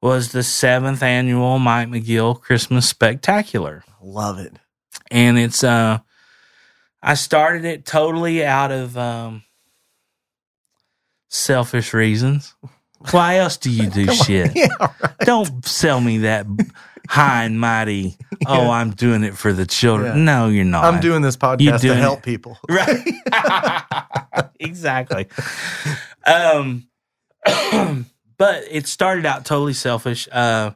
[SPEAKER 2] was the seventh annual Mike McGill Christmas Spectacular.
[SPEAKER 1] Love it.
[SPEAKER 2] and it's uh i started it totally out of um selfish reasons why else do you do shit
[SPEAKER 1] Yeah, right.
[SPEAKER 2] don't sell me that high and mighty oh i'm doing it for the children
[SPEAKER 1] Yeah.
[SPEAKER 2] no you're not
[SPEAKER 1] I'm doing this podcast to
[SPEAKER 2] doing
[SPEAKER 1] help
[SPEAKER 2] it.
[SPEAKER 1] people.
[SPEAKER 2] right exactly um but it started out totally selfish uh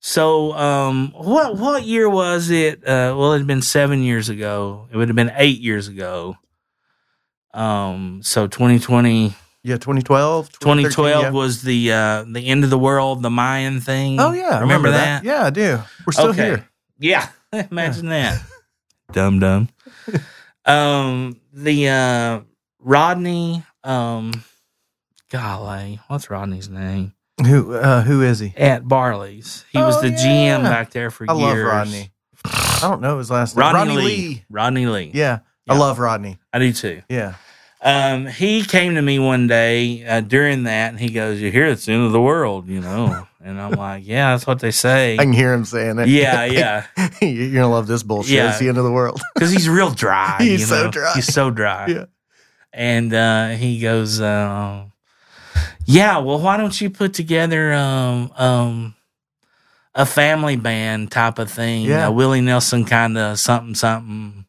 [SPEAKER 2] so um what what year was it uh well it had been seven years ago it would have been eight years ago um so 2020
[SPEAKER 1] Yeah, 2012, 2013,
[SPEAKER 2] 2012
[SPEAKER 1] yeah.
[SPEAKER 2] was the uh the end of the world the mayan thing
[SPEAKER 1] Oh yeah, I
[SPEAKER 2] remember, that,
[SPEAKER 1] Yeah, I do. We're still
[SPEAKER 2] Okay.
[SPEAKER 1] here.
[SPEAKER 2] Yeah. Imagine that. dumb dumb. um the uh Rodney um golly, what's Rodney's name?
[SPEAKER 1] Who uh, who is he?
[SPEAKER 2] At Barley's. He was
[SPEAKER 1] Oh,
[SPEAKER 2] the
[SPEAKER 1] yeah.
[SPEAKER 2] GM back there for
[SPEAKER 1] I
[SPEAKER 2] years.
[SPEAKER 1] love Rodney. I don't know his last name.
[SPEAKER 2] Rodney, Lee. Rodney Lee.
[SPEAKER 1] Yeah, I
[SPEAKER 2] Yeah.
[SPEAKER 1] love Rodney.
[SPEAKER 2] I do too.
[SPEAKER 1] Yeah.
[SPEAKER 2] Um, he came to me one day uh, during that and he goes, You hear it's the end of the world, you know? and I'm like, Yeah, that's what they say.
[SPEAKER 1] I can hear him saying that.
[SPEAKER 2] yeah, yeah.
[SPEAKER 1] You're gonna love this bullshit.
[SPEAKER 2] Yeah.
[SPEAKER 1] It's the end of the world.
[SPEAKER 2] because he's real dry.
[SPEAKER 1] He's
[SPEAKER 2] you
[SPEAKER 1] so
[SPEAKER 2] know?
[SPEAKER 1] dry.
[SPEAKER 2] He's so dry.
[SPEAKER 1] Yeah.
[SPEAKER 2] And uh, he goes, um, "Yeah, well, why don't you put together um, um, a family band type of thing?
[SPEAKER 1] Yeah.
[SPEAKER 2] A Willie Nelson kind of something, something,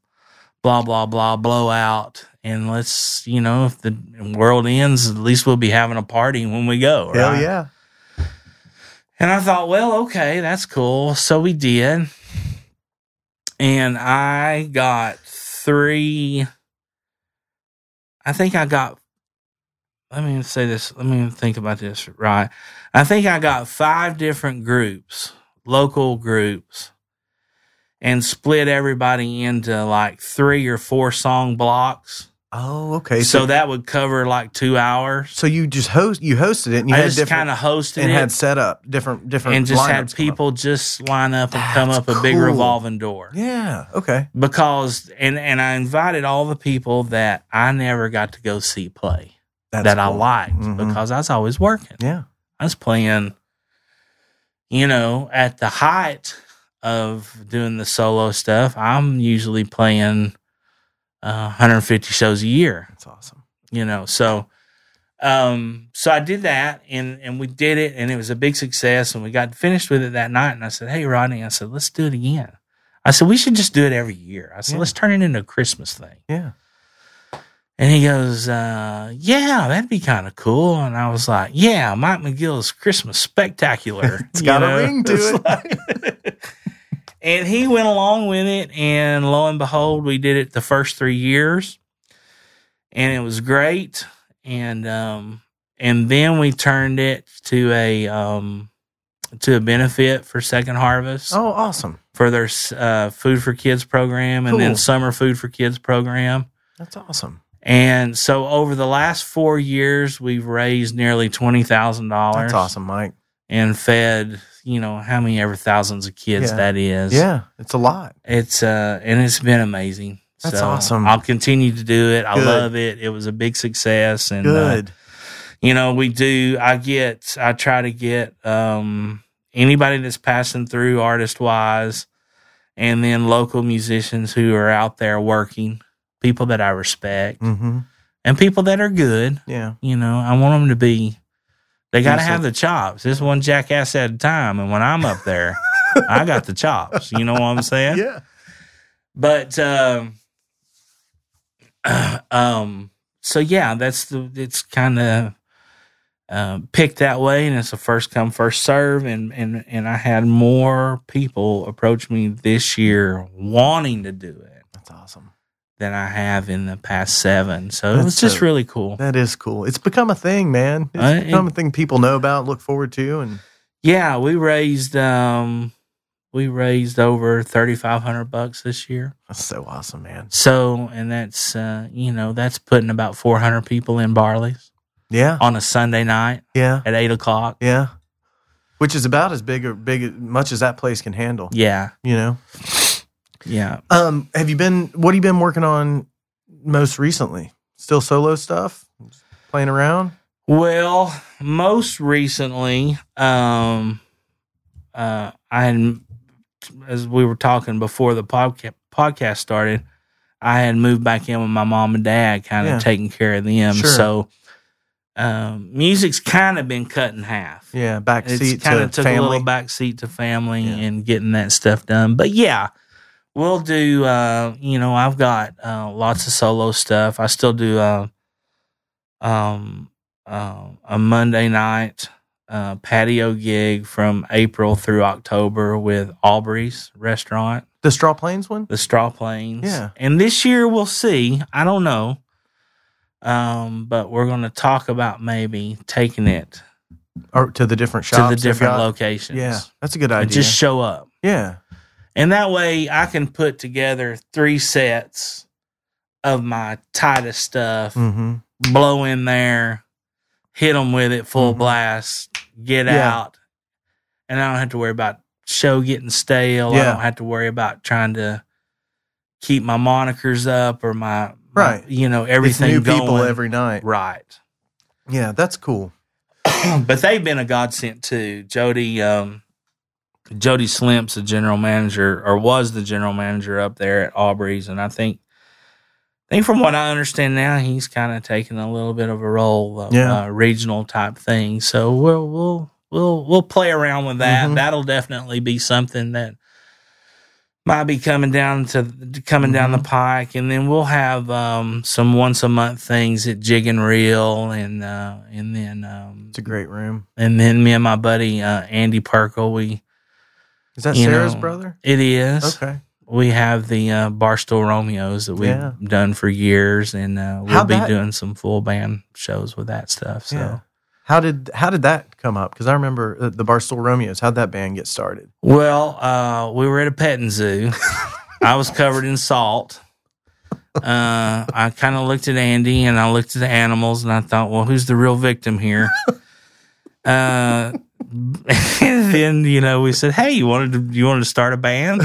[SPEAKER 2] blah blah blah, blowout." And let's, you know, if the world ends, at least we'll be having a party when we go.
[SPEAKER 1] Hell
[SPEAKER 2] right?
[SPEAKER 1] yeah.
[SPEAKER 2] And I thought, well, okay, that's cool. So we did. And I got three. I think I got. Let me say this. Let me think about this. Right. I think I got five different groups, local groups, and split everybody into like three or four song blocks.
[SPEAKER 1] Oh, okay.
[SPEAKER 2] so
[SPEAKER 1] So
[SPEAKER 2] that would cover like two hours.
[SPEAKER 1] so you just host you hosted it and you
[SPEAKER 2] I
[SPEAKER 1] had
[SPEAKER 2] just
[SPEAKER 1] different
[SPEAKER 2] kind of hosted
[SPEAKER 1] and
[SPEAKER 2] it.
[SPEAKER 1] had set up different different
[SPEAKER 2] and just
[SPEAKER 1] lineups
[SPEAKER 2] had
[SPEAKER 1] come up.
[SPEAKER 2] people just line up and come
[SPEAKER 1] That's
[SPEAKER 2] up a big
[SPEAKER 1] cool.
[SPEAKER 2] revolving door
[SPEAKER 1] Yeah. Okay.
[SPEAKER 2] because and and I invited all the people that I never got to go see play
[SPEAKER 1] That's
[SPEAKER 2] that I
[SPEAKER 1] cool.
[SPEAKER 2] liked
[SPEAKER 1] Mhm.
[SPEAKER 2] because I was always working.
[SPEAKER 1] Yeah.
[SPEAKER 2] I was playing, you know, at the height of doing the solo stuff. I'm usually playing uh, 150 shows a year
[SPEAKER 1] That's awesome.
[SPEAKER 2] you know so um so i did that and and we did it and it was a big success and we got finished with it that night and i said hey rodney i said let's do it again i said we should just do it every year i said
[SPEAKER 1] Yeah.
[SPEAKER 2] let's turn it into a christmas thing
[SPEAKER 1] Yeah.
[SPEAKER 2] and he goes uh yeah that'd be kind of cool and i was like yeah mike mcgill's christmas spectacular
[SPEAKER 1] It's got
[SPEAKER 2] You
[SPEAKER 1] a
[SPEAKER 2] know?
[SPEAKER 1] ring to
[SPEAKER 2] It's
[SPEAKER 1] it.
[SPEAKER 2] like- and he went along with it and lo and behold we did it the first three years and it was great and um and then we turned it to a um to a benefit for Second Harvest
[SPEAKER 1] Oh, awesome.
[SPEAKER 2] for their uh, Food for Kids program and then
[SPEAKER 1] Cool.
[SPEAKER 2] Summer Food for Kids program.
[SPEAKER 1] That's awesome.
[SPEAKER 2] And so over the last four years, we've raised nearly twenty thousand dollars.
[SPEAKER 1] That's awesome, Mike.
[SPEAKER 2] And fed, you know, how many ever thousands of kids
[SPEAKER 1] Yeah.
[SPEAKER 2] that is.
[SPEAKER 1] Yeah, it's a lot.
[SPEAKER 2] It's uh and it's been amazing.
[SPEAKER 1] That's
[SPEAKER 2] So
[SPEAKER 1] awesome.
[SPEAKER 2] I'll continue to do it. I
[SPEAKER 1] Good.
[SPEAKER 2] love it. It was a big success. And uh,
[SPEAKER 1] Good.
[SPEAKER 2] you know, we do I get I try to get um anybody that's passing through artist wise and then local musicians who are out there working, people that I respect
[SPEAKER 1] hmm
[SPEAKER 2] and people that are good.
[SPEAKER 1] Yeah.
[SPEAKER 2] You know, I want them to be. They got to have
[SPEAKER 1] Decent.
[SPEAKER 2] the chops. This one jackass at a time, and when I'm up there, I got the chops. You know what I'm saying?
[SPEAKER 1] Yeah.
[SPEAKER 2] But um, um, so yeah, that's the. It's kind of uh, picked that way, and it's a first come first serve, and and and I had more people approach me this year wanting to do it
[SPEAKER 1] That's awesome.
[SPEAKER 2] than I have in the past seven. So it
[SPEAKER 1] That's
[SPEAKER 2] was just
[SPEAKER 1] a-
[SPEAKER 2] really cool.
[SPEAKER 1] That is cool. It's become a thing, man. It's
[SPEAKER 2] Uh,
[SPEAKER 1] become a thing people know about, look forward to, and
[SPEAKER 2] Yeah, we raised um we raised over thirty five hundred bucks this year.
[SPEAKER 1] that's so awesome, man.
[SPEAKER 2] So and that's uh you know, that's putting about four hundred people in Barley's
[SPEAKER 1] Yeah.
[SPEAKER 2] on a Sunday night
[SPEAKER 1] Yeah.
[SPEAKER 2] at eight o'clock.
[SPEAKER 1] Yeah. Which is about as big or big much as that place can handle,
[SPEAKER 2] Yeah,
[SPEAKER 1] you know.
[SPEAKER 2] yeah.
[SPEAKER 1] Um, have you been what have you been working on most recently? Still solo stuff? Just Playing around?
[SPEAKER 2] Well, most recently, um uh I had as we were talking before the podca- podcast started, I had moved back in with my mom and dad, kind of
[SPEAKER 1] Yeah.
[SPEAKER 2] taking care of them.
[SPEAKER 1] Sure.
[SPEAKER 2] So um, music's kind of been cut in half.
[SPEAKER 1] Yeah, back seat
[SPEAKER 2] It's kind
[SPEAKER 1] to
[SPEAKER 2] of took
[SPEAKER 1] family.
[SPEAKER 2] a little backseat to family
[SPEAKER 1] Yeah.
[SPEAKER 2] and getting that stuff done. But yeah, we'll do. Uh, you know, I've got uh, lots of solo stuff. I still do uh, um, uh, a Monday night uh, patio gig from April through October with Aubrey's Restaurant
[SPEAKER 1] the Straw Plains one?
[SPEAKER 2] the straw planes.
[SPEAKER 1] Yeah.
[SPEAKER 2] And this year we'll see. I don't know. Um, but we're gonna talk about maybe taking it
[SPEAKER 1] Or to the different shops.
[SPEAKER 2] to the
[SPEAKER 1] they've
[SPEAKER 2] different
[SPEAKER 1] got?
[SPEAKER 2] locations.
[SPEAKER 1] Yeah. That's a good
[SPEAKER 2] And
[SPEAKER 1] idea.
[SPEAKER 2] just show up.
[SPEAKER 1] yeah.
[SPEAKER 2] And that way I can put together three sets of my tightest stuff,
[SPEAKER 1] Mm-hmm.
[SPEAKER 2] blow in there, hit them with it full
[SPEAKER 1] Mhm.
[SPEAKER 2] blast, get
[SPEAKER 1] Yeah.
[SPEAKER 2] out. And I don't have to worry about show getting stale. I
[SPEAKER 1] Yeah.
[SPEAKER 2] don't have to worry about trying to keep my monikers up or my, my-
[SPEAKER 1] Right.
[SPEAKER 2] you know,
[SPEAKER 1] It's
[SPEAKER 2] everything
[SPEAKER 1] new
[SPEAKER 2] going
[SPEAKER 1] people every night.
[SPEAKER 2] right.
[SPEAKER 1] Yeah, that's cool.
[SPEAKER 2] but they've been a godsend too. Jody, um, Jody Slimp's the general manager or was the general manager up there at Aubrey's, and I think, I think from what I understand now, he's kind of taking a little bit of a role, of,
[SPEAKER 1] Yeah.
[SPEAKER 2] uh, regional type thing. So we'll we'll we'll we'll play around with that.
[SPEAKER 1] Mhm.
[SPEAKER 2] That'll definitely be something that might be coming down to coming down the pike, and then we'll have um, some once a month things at Jig and Reel, and uh, and then um,
[SPEAKER 1] It's a great room.
[SPEAKER 2] and then me and my buddy uh, Andy Perkle, we
[SPEAKER 1] Is that
[SPEAKER 2] you
[SPEAKER 1] Sarah's
[SPEAKER 2] know,
[SPEAKER 1] brother?
[SPEAKER 2] It is.
[SPEAKER 1] Okay.
[SPEAKER 2] We have the uh, Barstool Romeos that we've
[SPEAKER 1] Yeah.
[SPEAKER 2] done for years, and uh, we'll
[SPEAKER 1] How
[SPEAKER 2] be
[SPEAKER 1] that-
[SPEAKER 2] doing some full band shows with that stuff. So,
[SPEAKER 1] Yeah. How did how did that come up? Because I remember uh, the Barstool Romeos. How'd that band get started?
[SPEAKER 2] well, uh, we were at a petting zoo. I was covered in salt. Uh, I kind of looked at Andy and I looked at the animals and I thought, well, who's the real victim here? Uh, and then you know we said, hey, you wanted to you wanted to start a band?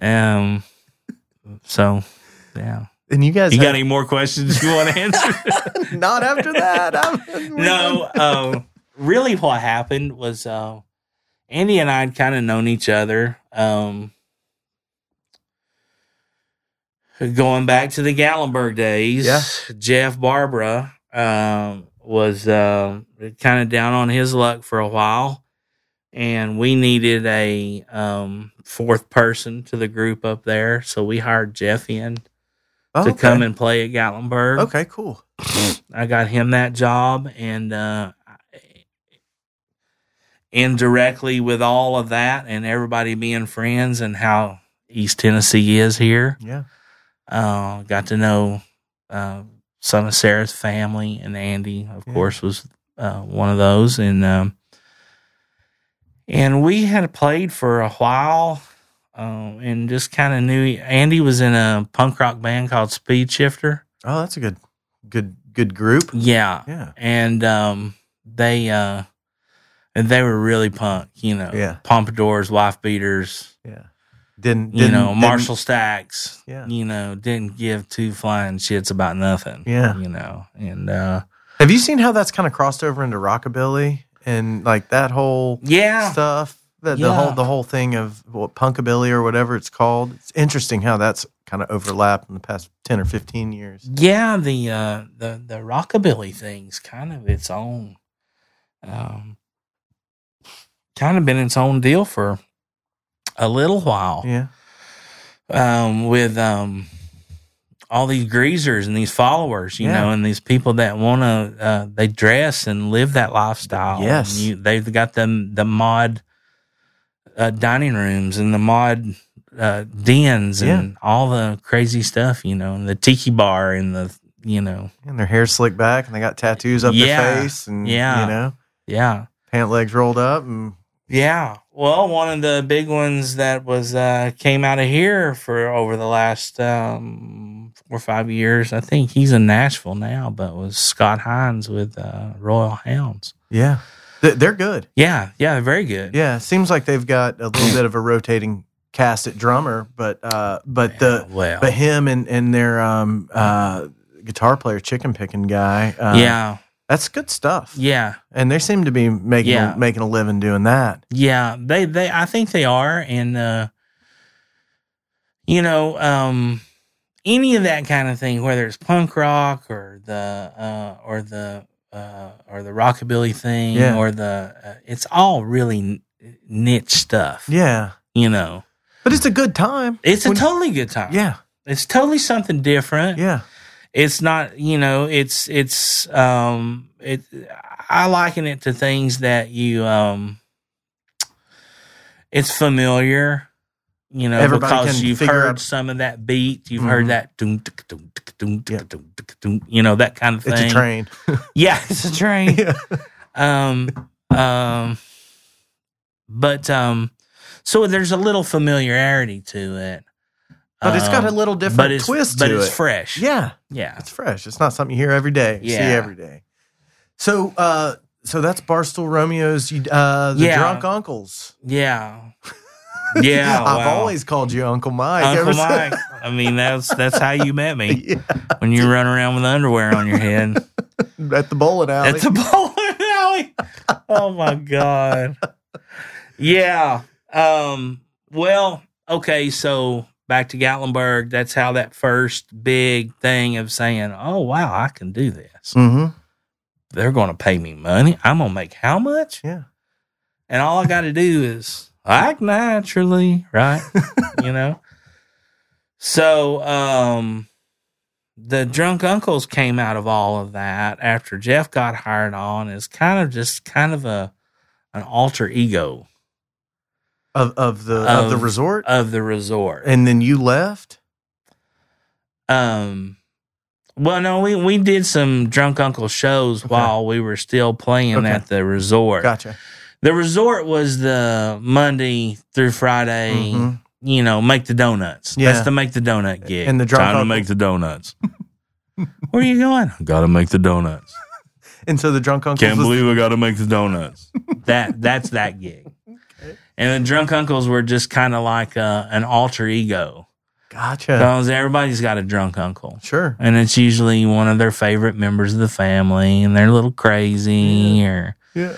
[SPEAKER 2] Um, so yeah.
[SPEAKER 1] And you guys
[SPEAKER 2] You
[SPEAKER 1] had-
[SPEAKER 2] got any more questions you want to answer?
[SPEAKER 1] not after that. I'm-
[SPEAKER 2] no. Um, really, what happened was uh, Andy and I had kind of known each other. Um, going back to the Gallenberg days,
[SPEAKER 1] Yeah.
[SPEAKER 2] Jeff Barbara um, was um kind of down on his luck for a while. And we needed a um, fourth person to the group up there. So we hired Jeff in
[SPEAKER 1] Oh,
[SPEAKER 2] to come
[SPEAKER 1] okay.
[SPEAKER 2] and play at Gatlinburg.
[SPEAKER 1] Okay, cool.
[SPEAKER 2] I got him that job, and uh, indirectly with all of that and everybody being friends and how East Tennessee is here,
[SPEAKER 1] Yeah.
[SPEAKER 2] uh, got to know uh, some of Sarah's family and Andy, of
[SPEAKER 1] Yeah.
[SPEAKER 2] course, was uh, one of those, and um, and we had played for a while um, and just kind of knew Andy was in a punk rock band called Speed Shifter.
[SPEAKER 1] Oh, that's a good, good, good group.
[SPEAKER 2] Yeah.
[SPEAKER 1] Yeah.
[SPEAKER 2] And um, they uh, and they were really punk, you know.
[SPEAKER 1] Yeah.
[SPEAKER 2] Pompadours, wife beaters,
[SPEAKER 1] Yeah. Didn't,
[SPEAKER 2] you
[SPEAKER 1] didn't-
[SPEAKER 2] know,
[SPEAKER 1] didn't-
[SPEAKER 2] Marshall Stacks.
[SPEAKER 1] Yeah.
[SPEAKER 2] You know, didn't give two flying shits about nothing.
[SPEAKER 1] Yeah.
[SPEAKER 2] You know, and uh,
[SPEAKER 1] Have you seen how that's kind of crossed over into rockabilly and like that whole
[SPEAKER 2] yeah.
[SPEAKER 1] stuff? The, the whole
[SPEAKER 2] Yeah.
[SPEAKER 1] the whole thing of what punkabilly or whatever it's called. It's interesting how that's kind of overlapped in the past ten or fifteen years.
[SPEAKER 2] Yeah, the uh, the the rockabilly thing's kind of its own, um, kind of been its own deal for a little while.
[SPEAKER 1] Yeah,
[SPEAKER 2] Um, with um, all these greasers and these followers, you
[SPEAKER 1] Yeah.
[SPEAKER 2] know, and these people that want to uh, they dress and live that lifestyle.
[SPEAKER 1] Yes.
[SPEAKER 2] And you, they've got the the mod uh, dining rooms and the mod. Uh, dens and all the crazy stuff, you know, and the tiki bar and the, you know,
[SPEAKER 1] and their hair slicked back, and they got tattoos up
[SPEAKER 2] Yeah.
[SPEAKER 1] their face, and
[SPEAKER 2] Yeah.
[SPEAKER 1] you know,
[SPEAKER 2] Yeah.
[SPEAKER 1] pant legs rolled up, and
[SPEAKER 2] Yeah. Well, one of the big ones that was uh came out of here for over the last um four or five years. I think he's in Nashville now, but was Scott Hines with uh Royal Hounds.
[SPEAKER 1] yeah, They- they're good.
[SPEAKER 2] Yeah, yeah, very good.
[SPEAKER 1] Yeah, seems like they've got a little bit of a rotating cast at drummer, but uh, but the
[SPEAKER 2] well
[SPEAKER 1] but him and and their um uh guitar player chicken picking guy uh,
[SPEAKER 2] Yeah,
[SPEAKER 1] that's good stuff
[SPEAKER 2] yeah,
[SPEAKER 1] and they seem to be making
[SPEAKER 2] Yeah.
[SPEAKER 1] a, making a living doing that
[SPEAKER 2] yeah. They they I think they are and uh you know, um any of that kind of thing, whether it's punk rock or the uh, or the uh, or the rockabilly thing
[SPEAKER 1] Yeah.
[SPEAKER 2] or the uh, it's all really n- niche stuff.
[SPEAKER 1] yeah
[SPEAKER 2] You know,
[SPEAKER 1] but it's a good time
[SPEAKER 2] it's a
[SPEAKER 1] When-
[SPEAKER 2] totally good time.
[SPEAKER 1] yeah
[SPEAKER 2] it's totally something different.
[SPEAKER 1] yeah
[SPEAKER 2] It's not you know it's it's um it I liken it to things that you um it's familiar. You know,
[SPEAKER 1] Everybody
[SPEAKER 2] because
[SPEAKER 1] can
[SPEAKER 2] you've
[SPEAKER 1] figure
[SPEAKER 2] heard
[SPEAKER 1] out-
[SPEAKER 2] some of that beat, you've
[SPEAKER 1] Mhm.
[SPEAKER 2] heard that doom, tick, doom, tick, doom, tick,
[SPEAKER 1] Yeah.
[SPEAKER 2] doom, tick, doom, you know that kind of thing.
[SPEAKER 1] it's a train
[SPEAKER 2] Yeah, it's a train.
[SPEAKER 1] yeah
[SPEAKER 2] Um, um, but um, so there's a little familiarity to it,
[SPEAKER 1] but it's got a
[SPEAKER 2] Um,
[SPEAKER 1] little different
[SPEAKER 2] but it's,
[SPEAKER 1] twist
[SPEAKER 2] but
[SPEAKER 1] to
[SPEAKER 2] it's
[SPEAKER 1] it
[SPEAKER 2] fresh.
[SPEAKER 1] yeah
[SPEAKER 2] yeah,
[SPEAKER 1] it's fresh it's not something you hear every day see
[SPEAKER 2] Yeah.
[SPEAKER 1] every day so uh so that's barstool romeo's you- uh the
[SPEAKER 2] Yeah.
[SPEAKER 1] drunk uncles
[SPEAKER 2] yeah, yeah.
[SPEAKER 1] i've
[SPEAKER 2] wow.
[SPEAKER 1] always called you uncle mike ever
[SPEAKER 2] Uncle
[SPEAKER 1] since-
[SPEAKER 2] Mike. I mean, that's that's how you met me
[SPEAKER 1] yeah,
[SPEAKER 2] when you run around with underwear on your head
[SPEAKER 1] at the bowling alley
[SPEAKER 2] at the bowling alley. Oh my god. Yeah. Um. Well. Okay. So back to Gatlinburg. That's how that first big thing of saying, "Oh wow, I can do this."
[SPEAKER 1] mm-hmm
[SPEAKER 2] They're going to pay me money. I'm going to make how much?
[SPEAKER 1] Yeah.
[SPEAKER 2] And all I got to do is act naturally, right? you know. So, um, the drunk uncles came out of all of that after Jeff got hired on is kind of just kind of a an alter ego
[SPEAKER 1] of of the of, the
[SPEAKER 2] Of- uh,
[SPEAKER 1] resort,
[SPEAKER 2] of the resort.
[SPEAKER 1] and then you left.
[SPEAKER 2] Um, well, no, we we did some drunk uncle shows
[SPEAKER 1] Okay.
[SPEAKER 2] while we were still playing
[SPEAKER 1] Okay.
[SPEAKER 2] at the resort.
[SPEAKER 1] Gotcha.
[SPEAKER 2] The resort was the Monday through Friday.
[SPEAKER 1] Mhm.
[SPEAKER 2] You know, make the donuts.
[SPEAKER 1] Yeah.
[SPEAKER 2] That's the make the donut gig.
[SPEAKER 1] And the drunk
[SPEAKER 2] time to
[SPEAKER 1] uncle-
[SPEAKER 2] make the donuts. Where are you going? Gotta make the donuts.
[SPEAKER 1] And so the drunk uncles.
[SPEAKER 3] Can't
[SPEAKER 1] was-
[SPEAKER 3] believe I got to make the donuts.
[SPEAKER 2] that that's that gig. And the drunk uncles were just kind of like uh, an alter ego
[SPEAKER 1] Gotcha.
[SPEAKER 2] because everybody's got a drunk uncle,
[SPEAKER 1] sure.
[SPEAKER 2] and it's usually one of their favorite members of the family, and they're a little crazy or.
[SPEAKER 1] Yeah.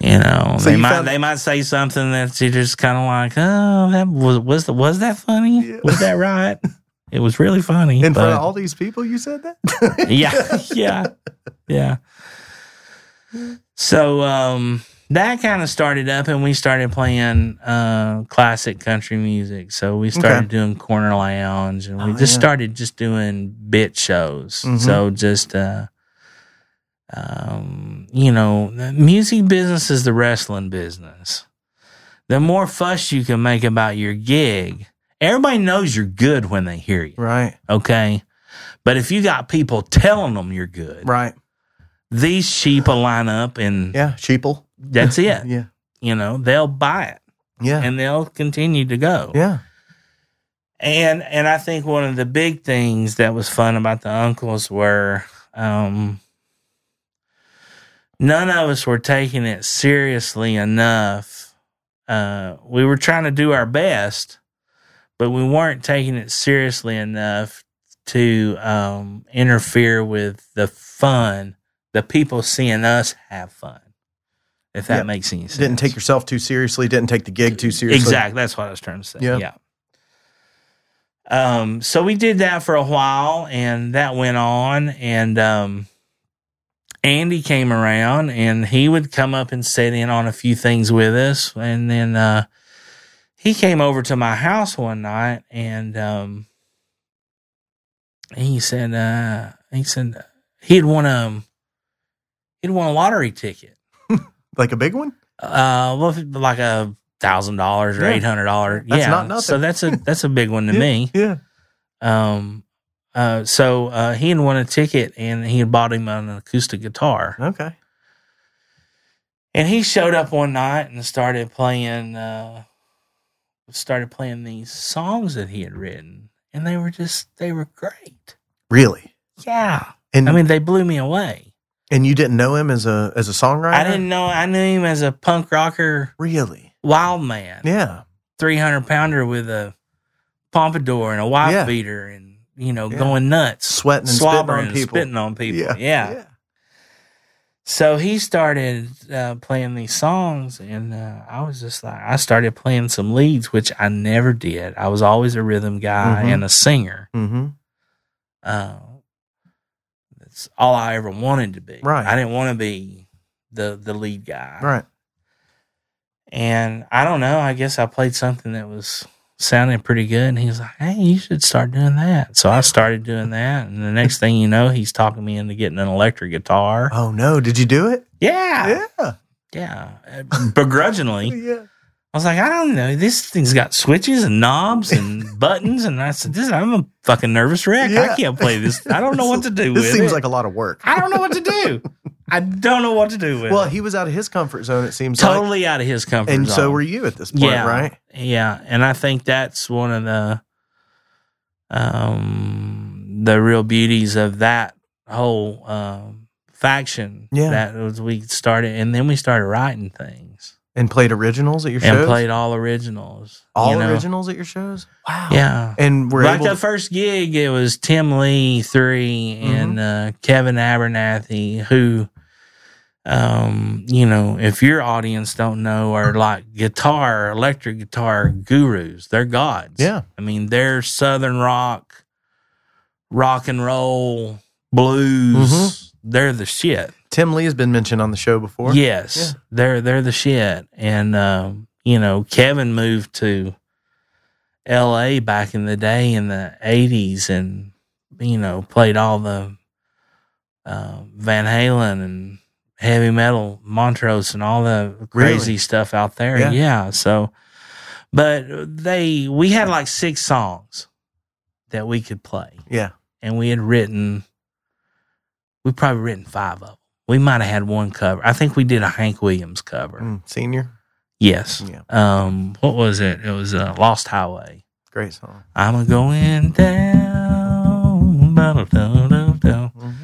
[SPEAKER 2] You know,
[SPEAKER 1] So
[SPEAKER 2] they
[SPEAKER 1] you
[SPEAKER 2] might
[SPEAKER 1] found-
[SPEAKER 2] they might say something that's you're just kind of like, oh, that was was the, was that funny?
[SPEAKER 1] Yeah.
[SPEAKER 2] Was that right? It was really funny.
[SPEAKER 1] In front
[SPEAKER 2] but-
[SPEAKER 1] of all these people, you said that.
[SPEAKER 2] yeah, yeah, yeah. So um, that kind of started up, and we started playing uh, classic country music. So we started
[SPEAKER 1] Okay.
[SPEAKER 2] doing corner lounge, and we
[SPEAKER 1] Oh,
[SPEAKER 2] just
[SPEAKER 1] yeah.
[SPEAKER 2] started just doing bit shows.
[SPEAKER 1] Mhm.
[SPEAKER 2] So just uh, um, you know, the music business is the wrestling business. The more fuss you can make about your gig, everybody knows you're good when they hear you
[SPEAKER 1] right.
[SPEAKER 2] okay? But if you got people telling them you're good,
[SPEAKER 1] Right.
[SPEAKER 2] these sheep will line up and
[SPEAKER 1] Yeah. Sheeple.
[SPEAKER 2] that's it.
[SPEAKER 1] Yeah.
[SPEAKER 2] you know, they'll buy it
[SPEAKER 1] Yeah.
[SPEAKER 2] and they'll continue to go.
[SPEAKER 1] yeah.
[SPEAKER 2] And and I think one of the big things that was fun about the uncles were um, none of us were taking it seriously enough. Uh, we were trying to do our best, but we weren't taking it seriously enough to um, interfere with the fun, the people seeing us have fun. If that
[SPEAKER 1] Yeah.
[SPEAKER 2] makes any sense.
[SPEAKER 1] Didn't take yourself too seriously. Didn't take the gig too seriously.
[SPEAKER 2] Exactly. That's what I was trying to say.
[SPEAKER 1] Yeah.
[SPEAKER 2] Yeah. Um, so we did that for a while and that went on and um Andy came around and he would come up and sit in on a few things with us and then uh he came over to my house one night and um he said uh he said he'd won um he'd won a lottery ticket
[SPEAKER 1] Like a big one.
[SPEAKER 2] uh, well, if it- like a thousand dollars or
[SPEAKER 1] Yeah.
[SPEAKER 2] eight hundred dollars.
[SPEAKER 1] That's
[SPEAKER 2] yeah,
[SPEAKER 1] not nothing.
[SPEAKER 2] so that's a that's a big one to me.
[SPEAKER 1] Yeah.
[SPEAKER 2] Um, uh, so uh, he had won a ticket and he had bought him an acoustic guitar,
[SPEAKER 1] Okay.
[SPEAKER 2] and he showed up one night and started playing uh, started playing these songs that he had written, and they were just they were great.
[SPEAKER 1] Really.
[SPEAKER 2] Yeah,
[SPEAKER 1] And
[SPEAKER 2] I mean they blew me away.
[SPEAKER 1] and you didn't know him as a as a songwriter.
[SPEAKER 2] I didn't know I knew him as a punk rocker
[SPEAKER 1] Really.
[SPEAKER 2] wild man.
[SPEAKER 1] Yeah.
[SPEAKER 2] three hundred pounder with a pompadour and a wife
[SPEAKER 1] Yeah.
[SPEAKER 2] beater and you know
[SPEAKER 1] Yeah.
[SPEAKER 2] going nuts,
[SPEAKER 1] Sweating and
[SPEAKER 2] slobbering and
[SPEAKER 1] spitting on people.
[SPEAKER 2] spitting on people. Yeah. So he started uh, playing these songs, and uh, I was just like, I started playing some leads, which I never did. I was always a rhythm guy
[SPEAKER 1] Mhm.
[SPEAKER 2] and a singer.
[SPEAKER 1] Mm-hmm.
[SPEAKER 2] Uh, that's all I ever wanted to be.
[SPEAKER 1] Right.
[SPEAKER 2] I didn't want to be the the lead guy.
[SPEAKER 1] Right.
[SPEAKER 2] And I don't know. I guess I played something that was sounding pretty good. And he was like, hey, you should start doing that. So I started doing that. And the next thing you know, he's talking me into getting an electric guitar.
[SPEAKER 1] Oh no! Did you do it?
[SPEAKER 2] Yeah.
[SPEAKER 1] Yeah.
[SPEAKER 2] Yeah. Uh, Begrudgingly.
[SPEAKER 1] Yeah.
[SPEAKER 2] I was like, I don't know. This thing's got switches and knobs and buttons. And I said, this, I'm a fucking nervous wreck.
[SPEAKER 1] Yeah.
[SPEAKER 2] I can't play this. I don't know what to do with
[SPEAKER 1] This seems
[SPEAKER 2] it.
[SPEAKER 1] like a lot of work.
[SPEAKER 2] I don't know what to do. I don't know what to do with
[SPEAKER 1] Well,
[SPEAKER 2] it.
[SPEAKER 1] he was out of his comfort zone. It seems like.
[SPEAKER 2] Totally out of his comfort
[SPEAKER 1] And
[SPEAKER 2] zone.
[SPEAKER 1] so were you at this point,
[SPEAKER 2] Yeah.
[SPEAKER 1] right?
[SPEAKER 2] Yeah, and I think that's one of the um the real beauties of that whole um faction.
[SPEAKER 1] Yeah.
[SPEAKER 2] That was we started and then we started writing things.
[SPEAKER 1] And played originals at your
[SPEAKER 2] and
[SPEAKER 1] shows.
[SPEAKER 2] played all originals.
[SPEAKER 1] all
[SPEAKER 2] you know?
[SPEAKER 1] originals at your shows. Wow.
[SPEAKER 2] Yeah.
[SPEAKER 1] And we're
[SPEAKER 2] like
[SPEAKER 1] able.
[SPEAKER 2] the first gig, it was Tim Lee 3
[SPEAKER 1] Mm-hmm.
[SPEAKER 2] and uh, Kevin Abernathy, who, um, you know, if your audience don't know, are like guitar, electric guitar gurus. They're gods.
[SPEAKER 1] yeah.
[SPEAKER 2] I mean, they're Southern rock, rock and roll, blues. They're the shit.
[SPEAKER 1] Tim Lee has been mentioned on the show before.
[SPEAKER 2] Yes,
[SPEAKER 1] Yeah.
[SPEAKER 2] they're they're the shit. And um, you know, Kevin moved to L.A. back in the day in the '80s, and you know, played all the uh, Van Halen and heavy metal Montrose and all the crazy
[SPEAKER 1] Really?
[SPEAKER 2] stuff out there.
[SPEAKER 1] Yeah.
[SPEAKER 2] Yeah. So, but they we had like six songs that we could play,
[SPEAKER 1] Yeah.
[SPEAKER 2] and we had written. We probably written five of them. We might have had one cover. I think we did a Hank Williams cover.
[SPEAKER 1] Mm, senior.
[SPEAKER 2] Yes.
[SPEAKER 1] Yeah.
[SPEAKER 2] Um. What was it? It was uh, Lost Highway.
[SPEAKER 1] Great song.
[SPEAKER 2] I'm a going down. ba-da-da-da-da.
[SPEAKER 1] Mhm.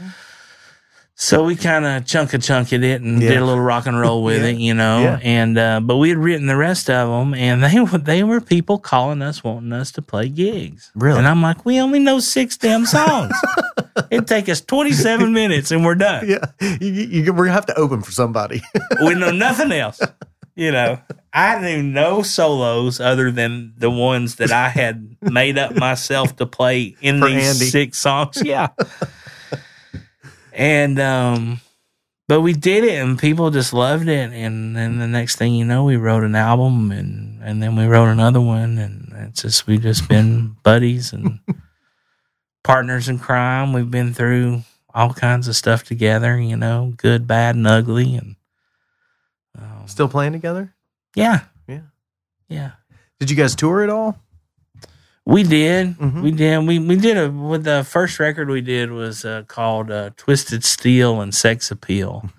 [SPEAKER 2] So we kind of chunk a chunk it and
[SPEAKER 1] Yeah.
[SPEAKER 2] did a little rock and roll with
[SPEAKER 1] Yeah.
[SPEAKER 2] it, you know.
[SPEAKER 1] Yeah.
[SPEAKER 2] And uh, but we had written the rest of them, and they were they were people calling us wanting us to play gigs.
[SPEAKER 1] Really?
[SPEAKER 2] And I'm like, we only know six damn songs. It'd take us 27 minutes, and we're done.
[SPEAKER 1] Yeah. You, you, you- we're gonna have to open for somebody.
[SPEAKER 2] we know nothing else. You know, I knew no solos other than the ones that I had made up myself to play in
[SPEAKER 1] For
[SPEAKER 2] these
[SPEAKER 1] Andy.
[SPEAKER 2] six songs. Yeah. and um but we did it and people just loved it and then the next thing you know we wrote an album and and then we wrote another one and it's just we've just been buddies and partners in crime. We've been through all kinds of stuff together, you know, good, bad, and ugly and um,
[SPEAKER 1] Still playing together?
[SPEAKER 2] yeah.
[SPEAKER 1] Yeah.
[SPEAKER 2] Yeah.
[SPEAKER 1] Did you guys tour at all?
[SPEAKER 2] We did.
[SPEAKER 1] Mhm.
[SPEAKER 2] We did. We we did a with the first record we did was uh, called uh, Twisted Steel and Sex Appeal.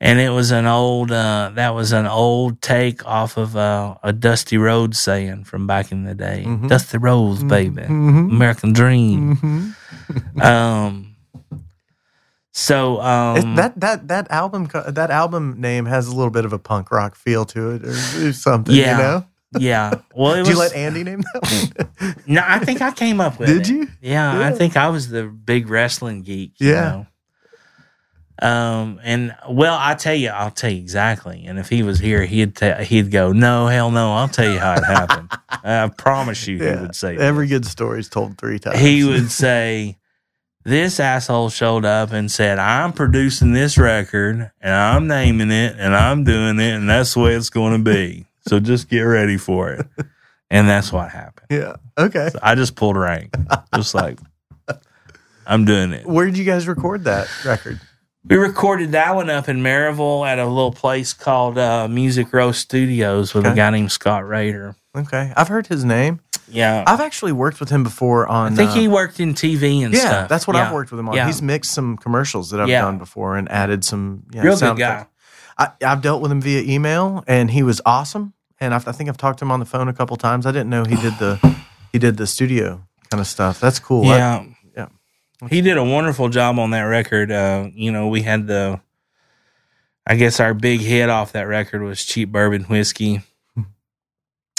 [SPEAKER 2] and it was an old uh, that was an old take off of uh, a Dusty Roads saying from back in the day.
[SPEAKER 1] Mhm.
[SPEAKER 2] Dusty Roads, baby, Mm-hmm.
[SPEAKER 1] Mhm.
[SPEAKER 2] American Dream.
[SPEAKER 1] Mhm.
[SPEAKER 2] um, so
[SPEAKER 1] It-
[SPEAKER 2] um,
[SPEAKER 1] that that that album co- that album name has a little bit of a punk rock feel to it, or, or something.
[SPEAKER 2] Yeah.
[SPEAKER 1] You know?
[SPEAKER 2] yeah. Well, it
[SPEAKER 1] Did you
[SPEAKER 2] was,
[SPEAKER 1] let Andy name that one?
[SPEAKER 2] no, I think I came up with it.
[SPEAKER 1] Did you?
[SPEAKER 2] Yeah, I
[SPEAKER 1] Yeah.
[SPEAKER 2] think I was the big wrestling geek. you
[SPEAKER 1] Yeah.
[SPEAKER 2] know. Um, and well, I tell you, I'll tell you exactly. And if he was here, he'd ta- he'd go, no, hell no, I'll tell you how it happened. I promise you, he
[SPEAKER 1] Yeah,
[SPEAKER 2] would say
[SPEAKER 1] Every good story is told three
[SPEAKER 2] that.
[SPEAKER 1] times.
[SPEAKER 2] he would say. This asshole showed up and said, I'm producing this record and I'm naming it and I'm doing it and that's the way it's going to be. So just get ready for it. And that's what happened.
[SPEAKER 1] Yeah. Okay.
[SPEAKER 2] So I just pulled rank, just like I'm doing it.
[SPEAKER 1] Where did you guys record that record?
[SPEAKER 2] We recorded that one up in Maryville at a little place called uh, Music Row Studios with a
[SPEAKER 1] Okay.
[SPEAKER 2] guy named Scott Rader.
[SPEAKER 1] Okay, I've heard his name.
[SPEAKER 2] Yeah, I,
[SPEAKER 1] I've actually worked with him before on.
[SPEAKER 2] think
[SPEAKER 1] uh,
[SPEAKER 2] he worked in TV and
[SPEAKER 1] Yeah,
[SPEAKER 2] stuff.
[SPEAKER 1] that's what
[SPEAKER 2] Yeah.
[SPEAKER 1] I've worked with him on.
[SPEAKER 2] Yeah.
[SPEAKER 1] He's mixed some commercials that I've
[SPEAKER 2] Yeah.
[SPEAKER 1] done before and added some. You know,
[SPEAKER 2] Real good
[SPEAKER 1] sound
[SPEAKER 2] guy.
[SPEAKER 1] effects. I, I've dealt with him via email, and he was awesome. And I've, I think I've talked to him on the phone a couple times. I didn't know he did the he did the studio kind of stuff. That's cool. I-
[SPEAKER 2] Yeah.
[SPEAKER 1] yeah.
[SPEAKER 2] He did a wonderful job on that record. Uh, you know, we had the, I guess our big hit off that record was Cheap Bourbon Whiskey.
[SPEAKER 1] Hmm.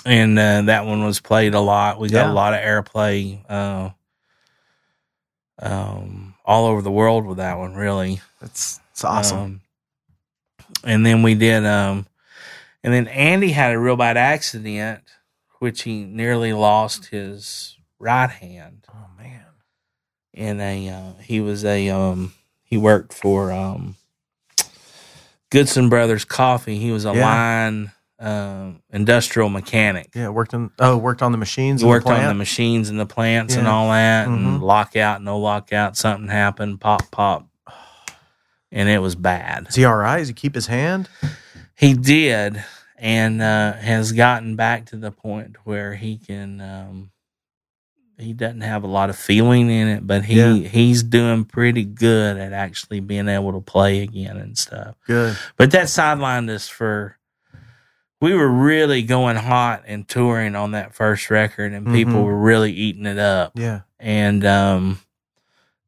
[SPEAKER 2] And uh, that one was played a lot. We got
[SPEAKER 1] Yeah.
[SPEAKER 2] a lot of airplay uh, um, all over the world with that one, really.
[SPEAKER 1] that's it's awesome.
[SPEAKER 2] Um, and then we did, um, and then Andy had a real bad accident, which he nearly lost his right hand
[SPEAKER 1] oh man,
[SPEAKER 2] in a uh, he was a um he worked for um Goodson Brothers Coffee. He was a
[SPEAKER 1] Yeah.
[SPEAKER 2] line um industrial mechanic.
[SPEAKER 1] yeah, worked on oh worked on the machines.
[SPEAKER 2] He worked
[SPEAKER 1] in the
[SPEAKER 2] on the
[SPEAKER 1] plant.
[SPEAKER 2] machines and the plants and
[SPEAKER 1] Yeah.
[SPEAKER 2] all that and
[SPEAKER 1] Mhm.
[SPEAKER 2] lockout, no lockout, something happened, pop pop. And it was bad.
[SPEAKER 1] Is he all right? Does he keep his hand?
[SPEAKER 2] He did and uh has gotten back to the point where he can um he doesn't have a lot of feeling in it, but he
[SPEAKER 1] Yeah.
[SPEAKER 2] he's doing pretty good at actually being able to play again and stuff.
[SPEAKER 1] Good.
[SPEAKER 2] But that sidelined us for we were really going hot and touring on that first record and people
[SPEAKER 1] Mhm.
[SPEAKER 2] were really eating it up
[SPEAKER 1] Yeah.
[SPEAKER 2] and um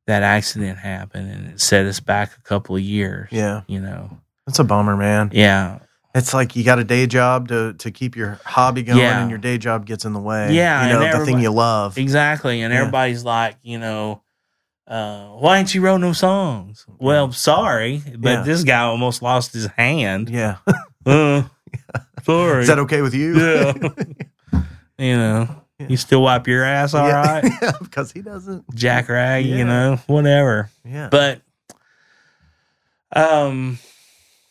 [SPEAKER 2] that accident happened and it set us back a couple of years.
[SPEAKER 1] Yeah.
[SPEAKER 2] You know.
[SPEAKER 1] That's a bummer, man.
[SPEAKER 2] Yeah.
[SPEAKER 1] It's like you got a day job to to keep your hobby going,
[SPEAKER 2] Yeah.
[SPEAKER 1] and your day job gets in the way.
[SPEAKER 2] Yeah,
[SPEAKER 1] you know
[SPEAKER 2] and
[SPEAKER 1] the thing
[SPEAKER 2] everybody-
[SPEAKER 1] you love.
[SPEAKER 2] Exactly. And
[SPEAKER 1] Yeah.
[SPEAKER 2] everybody's like, you know, uh, why ain't you wrote no songs? Well, sorry, but
[SPEAKER 1] Yeah.
[SPEAKER 2] this guy almost lost his hand.
[SPEAKER 1] Yeah,
[SPEAKER 2] Uh, sorry.
[SPEAKER 1] is that okay with you?
[SPEAKER 2] Yeah. you know,
[SPEAKER 1] Yeah.
[SPEAKER 2] you still wipe your ass all
[SPEAKER 1] Yeah.
[SPEAKER 2] right.
[SPEAKER 1] yeah, because he doesn't.
[SPEAKER 2] Jack Rag,
[SPEAKER 1] Yeah.
[SPEAKER 2] you know, whatever.
[SPEAKER 1] Yeah,
[SPEAKER 2] But um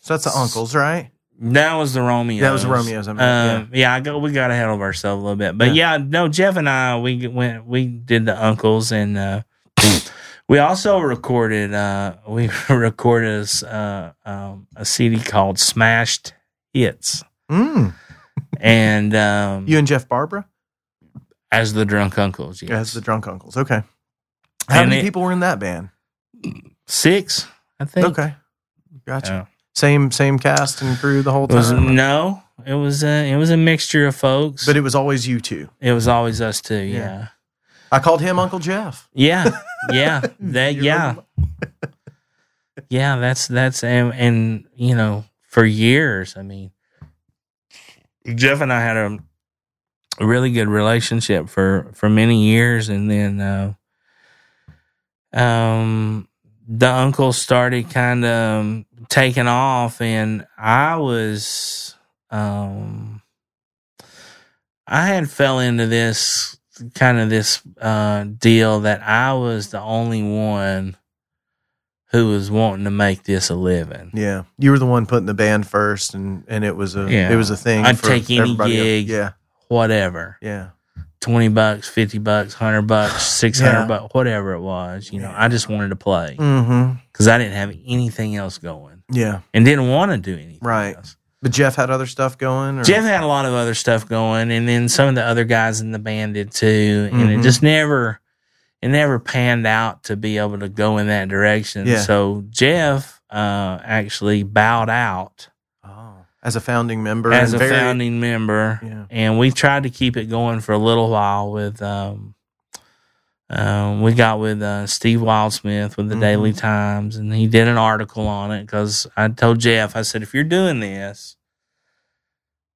[SPEAKER 1] so that's the uncles, right?
[SPEAKER 2] that was the Romeo.
[SPEAKER 1] That was the Romeos, I mean,
[SPEAKER 2] um, yeah. I got we got ahead of ourselves a little bit, but yeah. no, Jeff and I we g- went we did the uncles and uh, we also recorded uh, we recorded a s- uh, um, a CD called Smashed Hits
[SPEAKER 1] Mm.
[SPEAKER 2] and um,
[SPEAKER 1] You and Jeff Barbara
[SPEAKER 2] as the Drunk Uncles. Yes,
[SPEAKER 1] as the drunk uncles. Okay. How
[SPEAKER 2] And
[SPEAKER 1] many
[SPEAKER 2] it-
[SPEAKER 1] people were in that band?
[SPEAKER 2] six I think.
[SPEAKER 1] Okay, gotcha.
[SPEAKER 2] Yeah.
[SPEAKER 1] Same same cast and crew the whole
[SPEAKER 2] It was
[SPEAKER 1] time,
[SPEAKER 2] no, it was a it was a mixture of folks,
[SPEAKER 1] but
[SPEAKER 2] but it,
[SPEAKER 1] it was always you two.
[SPEAKER 2] was always us two.
[SPEAKER 1] Yeah.
[SPEAKER 2] Yeah,
[SPEAKER 1] I called him Uncle Jeff.
[SPEAKER 2] yeah, yeah, that
[SPEAKER 1] You
[SPEAKER 2] Uh, yeah.
[SPEAKER 1] remember-
[SPEAKER 2] Yeah, that's that's and, and you know for years. I mean, Jeff and I had a a really good relationship for for many years, and then uh, um the uncle started kind of um, taking off, and I was um I had fell into this kind of this uh deal that I was the only one who was wanting to make this a living.
[SPEAKER 1] Yeah, you were the one putting the band first, and and it was a
[SPEAKER 2] Yeah.
[SPEAKER 1] it was a thing.
[SPEAKER 2] I'd
[SPEAKER 1] for
[SPEAKER 2] take any
[SPEAKER 1] everybody else.
[SPEAKER 2] gig.
[SPEAKER 1] Yeah,
[SPEAKER 2] Whatever.
[SPEAKER 1] yeah.
[SPEAKER 2] Twenty bucks, fifty bucks, hundred bucks, six hundred
[SPEAKER 1] Yeah.
[SPEAKER 2] bucks, whatever it was. You know,
[SPEAKER 1] Yeah.
[SPEAKER 2] I just wanted to play
[SPEAKER 1] Mm-hmm.
[SPEAKER 2] because I didn't have anything else going
[SPEAKER 1] Yeah,
[SPEAKER 2] and didn't want to do anything.
[SPEAKER 1] Right.
[SPEAKER 2] else.
[SPEAKER 1] but Jeff had other stuff going. Or?
[SPEAKER 2] Jeff had a lot of other stuff going, and then some of the other guys in the band did too. And
[SPEAKER 1] Mhm.
[SPEAKER 2] it just never, it never panned out to be able to go in that direction.
[SPEAKER 1] Yeah.
[SPEAKER 2] So Jeff, uh, actually bowed out
[SPEAKER 1] Oh, as a founding member,
[SPEAKER 2] as
[SPEAKER 1] and
[SPEAKER 2] a
[SPEAKER 1] very-
[SPEAKER 2] founding member,
[SPEAKER 1] Yeah.
[SPEAKER 2] and we tried to keep it going for a little while with. Um, um, we got with uh, Steve Wildsmith with the
[SPEAKER 1] Mhm.
[SPEAKER 2] Daily Times, and he did an article on it because I told Jeff, I said, if you're doing this,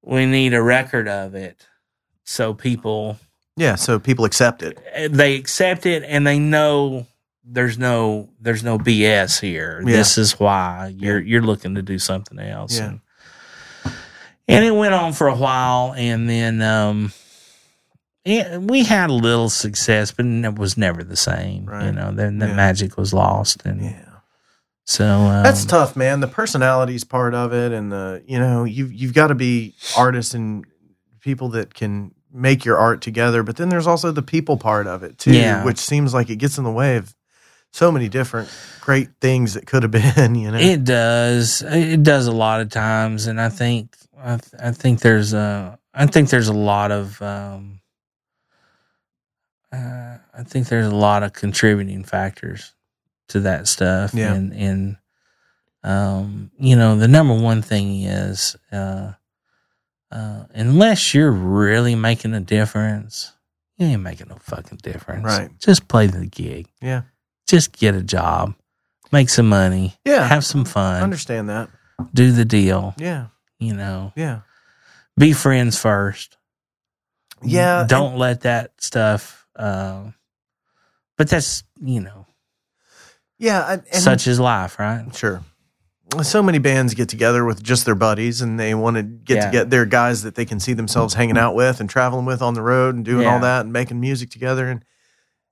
[SPEAKER 2] we need a record of it so people
[SPEAKER 1] yeah. So people accept it.
[SPEAKER 2] they accept it and they know there's no there's no BS here.
[SPEAKER 1] Yeah.
[SPEAKER 2] This is why you're you're looking to do something else.
[SPEAKER 1] Yeah.
[SPEAKER 2] And, and it went on for a while and then um yeah, we had a little success, but it was never the same. You
[SPEAKER 1] Right.
[SPEAKER 2] know, then the
[SPEAKER 1] Yeah.
[SPEAKER 2] magic was lost, and
[SPEAKER 1] Yeah,
[SPEAKER 2] so um,
[SPEAKER 1] that's tough, man. The personalities part of it, and the you know you you've got to be artists and people that can make your art together. But then there's also the people part of it too,
[SPEAKER 2] Yeah.
[SPEAKER 1] which seems like it gets in the way of so many different great things that could have been. You know,
[SPEAKER 2] It does. It does a lot of times, and I think I, th- I think there's a I think there's a lot of um, uh, I think there's a lot of contributing factors to that stuff.
[SPEAKER 1] Yeah.
[SPEAKER 2] and and um, you know the number one thing is uh, uh, unless you're really making a difference, you ain't making no fucking difference.
[SPEAKER 1] Right.
[SPEAKER 2] Just play the gig.
[SPEAKER 1] Yeah.
[SPEAKER 2] Just get a job. Make some money
[SPEAKER 1] yeah,
[SPEAKER 2] have some
[SPEAKER 1] I
[SPEAKER 2] fun,
[SPEAKER 1] understand that.
[SPEAKER 2] do the deal,
[SPEAKER 1] Yeah,
[SPEAKER 2] you know,
[SPEAKER 1] yeah,
[SPEAKER 2] be friends first.
[SPEAKER 1] yeah. and-
[SPEAKER 2] Don't let that stuff, um, but that's, you know,
[SPEAKER 1] yeah. I- and-
[SPEAKER 2] such is life, right?
[SPEAKER 1] Sure. So many bands get together with just their buddies and they want to get
[SPEAKER 2] Yeah.
[SPEAKER 1] to get their guys that they can see themselves hanging out with and traveling with on the road and doing all
[SPEAKER 2] Yeah.
[SPEAKER 1] that and making music together and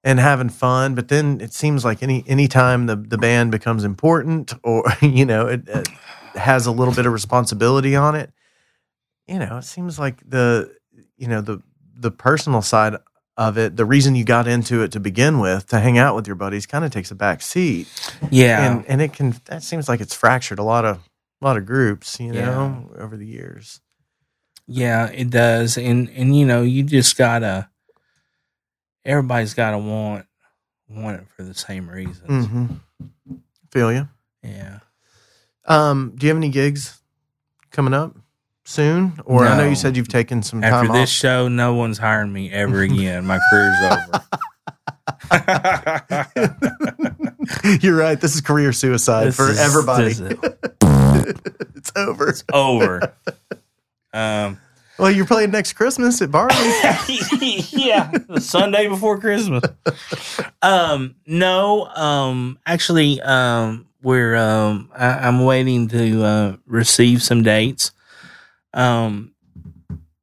[SPEAKER 1] and having fun. But then it seems like any any time the, the band becomes important or you know it, it has a little bit of responsibility on it, you know it seems like the you know the the personal side of it, the reason you got into it to begin with to hang out with your buddies kind of takes a back seat
[SPEAKER 2] Yeah.
[SPEAKER 1] and and it can that seems like it's fractured a lot of a lot of groups you
[SPEAKER 2] Yeah.
[SPEAKER 1] know over the years
[SPEAKER 2] yeah, it does. And, and, you know, you just gotta, everybody's gotta want, want it for the same reasons.
[SPEAKER 1] mm-hmm. feel you
[SPEAKER 2] Yeah.
[SPEAKER 1] um do you have any gigs coming up soon or i know
[SPEAKER 2] No.
[SPEAKER 1] you said you've taken some
[SPEAKER 2] After
[SPEAKER 1] time
[SPEAKER 2] this
[SPEAKER 1] off
[SPEAKER 2] show, no one's hiring me ever again. My career's over.
[SPEAKER 1] you're right this is career suicide
[SPEAKER 2] This
[SPEAKER 1] Uh, for
[SPEAKER 2] is-
[SPEAKER 1] everybody
[SPEAKER 2] this is-
[SPEAKER 1] it's over
[SPEAKER 2] over. Um,
[SPEAKER 1] well you're playing next christmas at barney's
[SPEAKER 2] yeah, the Sunday before Christmas. Um, no, um, actually, um, we're um, I, I'm waiting to uh, receive some dates. Um,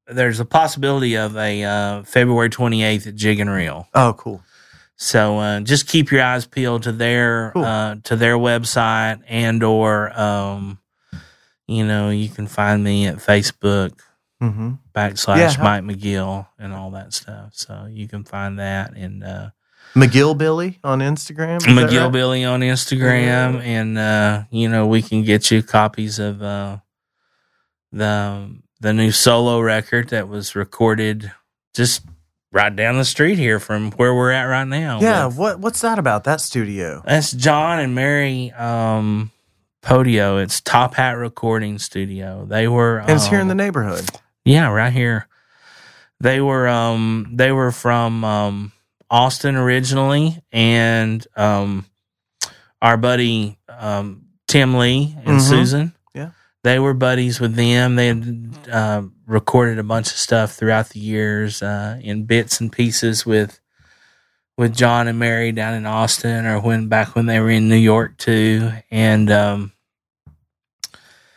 [SPEAKER 2] there's a possibility of a uh, February 28th at Jig and Reel.
[SPEAKER 1] oh cool
[SPEAKER 2] So uh, just keep your eyes peeled to their
[SPEAKER 1] Cool.
[SPEAKER 2] uh, to their website and or um, you know you can find me at Facebook
[SPEAKER 1] mm-hmm.
[SPEAKER 2] backslash
[SPEAKER 1] Yeah, how-
[SPEAKER 2] Mike McGill and all that stuff. So you can find that and uh,
[SPEAKER 1] mcgill billy on instagram is that
[SPEAKER 2] McGill
[SPEAKER 1] right?
[SPEAKER 2] Billy on Instagram,
[SPEAKER 1] Yeah.
[SPEAKER 2] and uh, you know we can get you copies of uh, the the new solo record that was recorded just right down the street here from where we're at right now.
[SPEAKER 1] yeah
[SPEAKER 2] with-
[SPEAKER 1] what what's that about that studio
[SPEAKER 2] that's John and Mary um, Podio. It's Top Hat Recording Studio. They were
[SPEAKER 1] and it's here in
[SPEAKER 2] um,
[SPEAKER 1] the neighborhood
[SPEAKER 2] Yeah, right here. They were um they were from um Austin originally and um our buddy um Tim Lee and
[SPEAKER 1] Mhm.
[SPEAKER 2] Susan.
[SPEAKER 1] Yeah.
[SPEAKER 2] They were buddies with them. They had uh, recorded a bunch of stuff throughout the years uh, in bits and pieces with with John and Mary down in Austin or when back when they were in New York too and um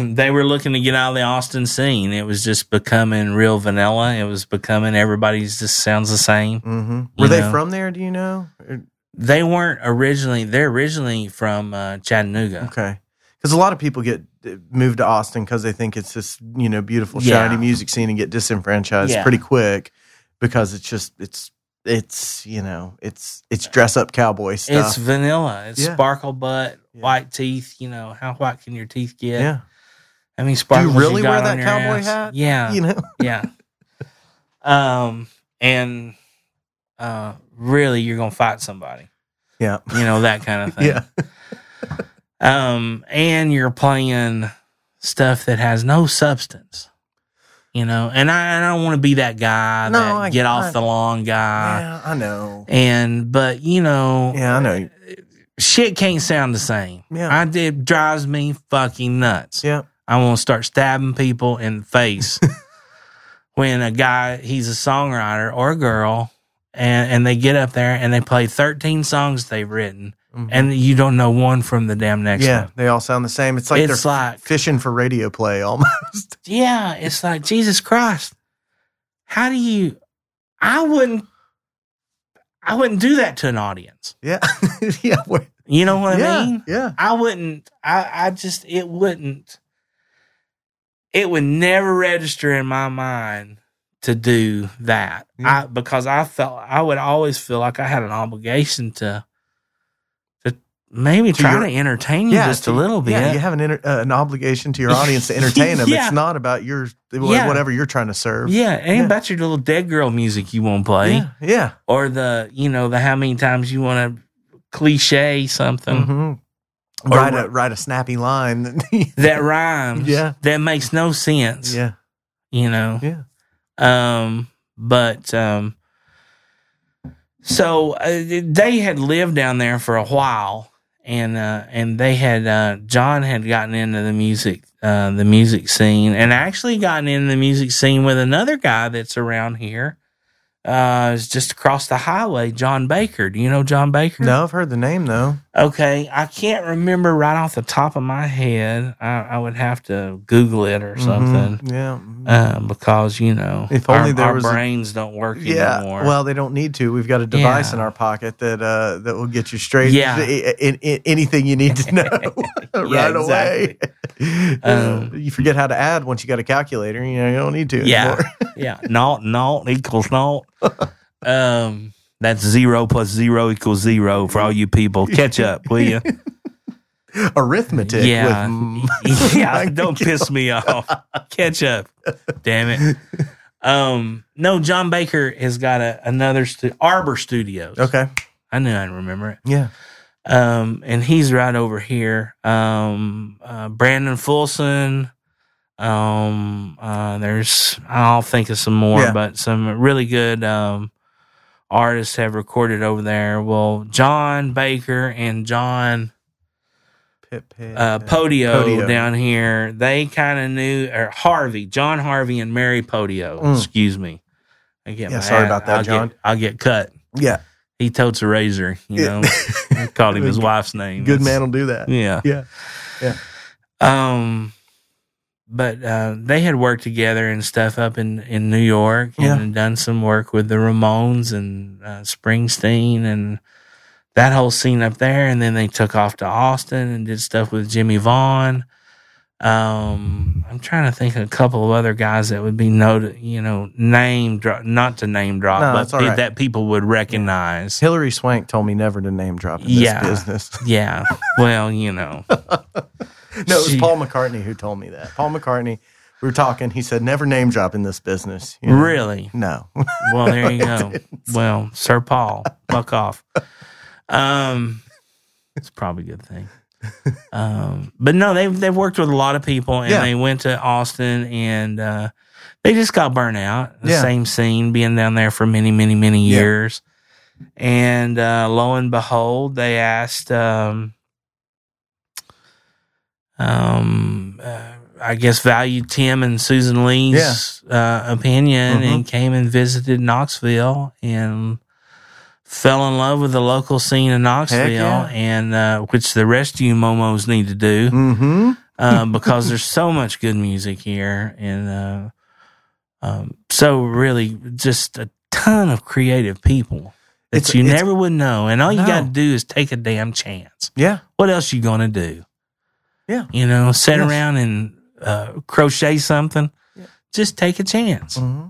[SPEAKER 2] they were looking to get out of the Austin scene. It was just becoming real vanilla. It was becoming everybody's just sounds the same.
[SPEAKER 1] hmm were
[SPEAKER 2] you
[SPEAKER 1] they
[SPEAKER 2] know.
[SPEAKER 1] from there do you know Or-
[SPEAKER 2] They weren't originally. They're originally from uh, Chattanooga.
[SPEAKER 1] Okay. Because a lot of people get uh, moved to Austin because they think it's this, you know, beautiful,
[SPEAKER 2] Yeah.
[SPEAKER 1] shiny music scene and get disenfranchised
[SPEAKER 2] Yeah.
[SPEAKER 1] pretty quick because it's just, it's, it's, you know, it's, it's dress up cowboy stuff.
[SPEAKER 2] It's vanilla. It's
[SPEAKER 1] Yeah.
[SPEAKER 2] sparkle butt,
[SPEAKER 1] Yeah.
[SPEAKER 2] white teeth. You know how white can your teeth get?
[SPEAKER 1] yeah.
[SPEAKER 2] I mean, sparkles.
[SPEAKER 1] really
[SPEAKER 2] got
[SPEAKER 1] wear
[SPEAKER 2] on
[SPEAKER 1] that
[SPEAKER 2] your
[SPEAKER 1] cowboy
[SPEAKER 2] ass.
[SPEAKER 1] hat?
[SPEAKER 2] Yeah,
[SPEAKER 1] You know,
[SPEAKER 2] yeah. Um, and uh, really, you're gonna fight somebody.
[SPEAKER 1] yeah.
[SPEAKER 2] uh, You know that kind of thing.
[SPEAKER 1] Yeah.
[SPEAKER 2] Um, and you're playing stuff that has no substance. You know, and I, I don't want to be that guy
[SPEAKER 1] No,
[SPEAKER 2] that
[SPEAKER 1] I-
[SPEAKER 2] get off
[SPEAKER 1] I-
[SPEAKER 2] the lawn guy.
[SPEAKER 1] yeah, I know.
[SPEAKER 2] And but you know,
[SPEAKER 1] Yeah, I know.
[SPEAKER 2] shit can't sound the same.
[SPEAKER 1] Yeah.
[SPEAKER 2] I it drives me fucking nuts.
[SPEAKER 1] Yeah.
[SPEAKER 2] I want to start stabbing people in the face when a guy he's a songwriter or a girl, and and they get up there and they play thirteen songs they've written,
[SPEAKER 1] Mhm.
[SPEAKER 2] and you don't know one from the damn next
[SPEAKER 1] yeah,
[SPEAKER 2] one.
[SPEAKER 1] they all sound the same. It's like
[SPEAKER 2] it's
[SPEAKER 1] they're
[SPEAKER 2] like
[SPEAKER 1] fishing for radio play almost.
[SPEAKER 2] yeah, it's like Jesus Christ. How do you? I wouldn't. I wouldn't do that to an audience.
[SPEAKER 1] Yeah. yeah. we're-
[SPEAKER 2] You know what
[SPEAKER 1] yeah,
[SPEAKER 2] I mean?
[SPEAKER 1] yeah.
[SPEAKER 2] I wouldn't. I, I just it wouldn't. It would never register in my mind to do that.
[SPEAKER 1] Yeah.
[SPEAKER 2] I because I felt I would always feel like I had an obligation to to maybe
[SPEAKER 1] To
[SPEAKER 2] try
[SPEAKER 1] your-
[SPEAKER 2] to entertain you just a little bit.
[SPEAKER 1] Yeah, you have an inter- uh, an obligation to your audience to entertain them.
[SPEAKER 2] Yeah.
[SPEAKER 1] It's not about your
[SPEAKER 2] Yeah.
[SPEAKER 1] whatever you're trying to serve.
[SPEAKER 2] Yeah, it ain't
[SPEAKER 1] Yeah.
[SPEAKER 2] about your little dead girl music you want to play,
[SPEAKER 1] yeah, yeah.
[SPEAKER 2] or the you know the how many times you want to cliche something
[SPEAKER 1] Mm-hmm.
[SPEAKER 2] Or
[SPEAKER 1] Write a
[SPEAKER 2] what-
[SPEAKER 1] write a snappy line.
[SPEAKER 2] that rhymes,
[SPEAKER 1] Yeah.
[SPEAKER 2] that makes no sense,
[SPEAKER 1] yeah,
[SPEAKER 2] you know.
[SPEAKER 1] yeah.
[SPEAKER 2] Um, but um, so uh, they had lived down there for a while, and uh, and they had uh, John had gotten into the music, uh, the music scene, and actually gotten into the music scene with another guy that's around here. Uh, it's just across the highway, John Baker. Do you know John Baker?
[SPEAKER 1] No, I've heard the name though.
[SPEAKER 2] Okay, I can't remember right off the top of my head. I, I would have to Google it or
[SPEAKER 1] Mhm.
[SPEAKER 2] something
[SPEAKER 1] Yeah.
[SPEAKER 2] um, because you know
[SPEAKER 1] If
[SPEAKER 2] our-
[SPEAKER 1] only there
[SPEAKER 2] our,
[SPEAKER 1] was a-
[SPEAKER 2] brains don't work
[SPEAKER 1] Mm-hmm. yeah.
[SPEAKER 2] anymore.
[SPEAKER 1] Well, they don't need to. We've got a device
[SPEAKER 2] Yeah.
[SPEAKER 1] in our pocket that uh, that will get you straight.
[SPEAKER 2] Yeah.
[SPEAKER 1] In, in- anything you need to know
[SPEAKER 2] Yeah,
[SPEAKER 1] right away. Uh,
[SPEAKER 2] Um,
[SPEAKER 1] you forget how to add once you got a calculator. You know you don't need to.
[SPEAKER 2] Yeah.
[SPEAKER 1] anymore.
[SPEAKER 2] yeah, naught naught equals naught. um, that's zero plus zero equals zero for all you people. Catch up, will you?
[SPEAKER 1] arithmetic.
[SPEAKER 2] Yeah.
[SPEAKER 1] With,
[SPEAKER 2] yeah, don't piss me off. Catch up, damn it. Um, no, John Baker has got a, another stu- Arbor Studios.
[SPEAKER 1] okay.
[SPEAKER 2] I knew I'd remember it.
[SPEAKER 1] Yeah.
[SPEAKER 2] Um, and he's right over here. Um, uh, Brandon Fulson. Um, uh, there's I'll think of some more,
[SPEAKER 1] Yeah.
[SPEAKER 2] but some really good um artists have recorded over there. Well, John Baker and John
[SPEAKER 1] Pip, pip,
[SPEAKER 2] uh,
[SPEAKER 1] pip.
[SPEAKER 2] Podio,
[SPEAKER 1] Podio.
[SPEAKER 2] down here, they kind of knew or Harvey, John Harvey and Mary Podio.
[SPEAKER 1] Mm.
[SPEAKER 2] Excuse me. I get
[SPEAKER 1] Yeah,
[SPEAKER 2] my
[SPEAKER 1] sorry
[SPEAKER 2] ad-
[SPEAKER 1] about that,
[SPEAKER 2] I'll get-
[SPEAKER 1] John.
[SPEAKER 2] I'll get cut.
[SPEAKER 1] yeah.
[SPEAKER 2] He totes a razor, you
[SPEAKER 1] Yeah.
[SPEAKER 2] know. I called him his wife's name.
[SPEAKER 1] Good
[SPEAKER 2] It's-
[SPEAKER 1] man will do that.
[SPEAKER 2] Yeah.
[SPEAKER 1] Yeah. Yeah.
[SPEAKER 2] Um, but uh, they had worked together and stuff up in, in New York
[SPEAKER 1] Yeah.
[SPEAKER 2] and done some work with the Ramones and uh, Springsteen and that whole scene up there. And then they took off to Austin and did stuff with Jimmy Vaughn. Um, I'm trying to think of a couple of other guys that would be noted, you know, name drop, not to name drop,
[SPEAKER 1] No,
[SPEAKER 2] but
[SPEAKER 1] that's all
[SPEAKER 2] pe-
[SPEAKER 1] right.
[SPEAKER 2] that people would recognize.
[SPEAKER 1] Hillary Swank told me never to name drop in this
[SPEAKER 2] Yeah.
[SPEAKER 1] business.
[SPEAKER 2] Yeah. Well, you know.
[SPEAKER 1] No, it was
[SPEAKER 2] She-
[SPEAKER 1] Paul McCartney who told me that. Paul McCartney, we were talking. He said, never name drop in this business. you know?
[SPEAKER 2] Really?
[SPEAKER 1] No.
[SPEAKER 2] Well, there you go. Well, Sir Paul, fuck off. Um, it's probably a good thing. Um, but no, they've they've worked with a lot of people, and
[SPEAKER 1] Yeah.
[SPEAKER 2] they went to Austin, and uh, they just got burnt out. The
[SPEAKER 1] Yeah.
[SPEAKER 2] same scene, being down there for many, many, many
[SPEAKER 1] Yeah.
[SPEAKER 2] years, and uh, lo and behold, they asked. Um, um, uh, I guess valued Tim and Susan Lee's uh, opinion
[SPEAKER 1] Mhm.
[SPEAKER 2] and came and visited Knoxville and fell in love with the local scene in Knoxville
[SPEAKER 1] yeah.
[SPEAKER 2] and uh, which the rest of you momos need to do
[SPEAKER 1] mm-hmm.
[SPEAKER 2] um, because there's so much good music here and uh, um, so really just a ton of creative people that
[SPEAKER 1] It's-
[SPEAKER 2] you
[SPEAKER 1] it's-
[SPEAKER 2] never would know and all you
[SPEAKER 1] No.
[SPEAKER 2] got to do is take a damn chance
[SPEAKER 1] Yeah.
[SPEAKER 2] what else you gonna do?
[SPEAKER 1] Yeah.
[SPEAKER 2] You know, sit
[SPEAKER 1] Yes.
[SPEAKER 2] around and uh, crochet something.
[SPEAKER 1] Yeah.
[SPEAKER 2] Just take a chance.
[SPEAKER 1] hmm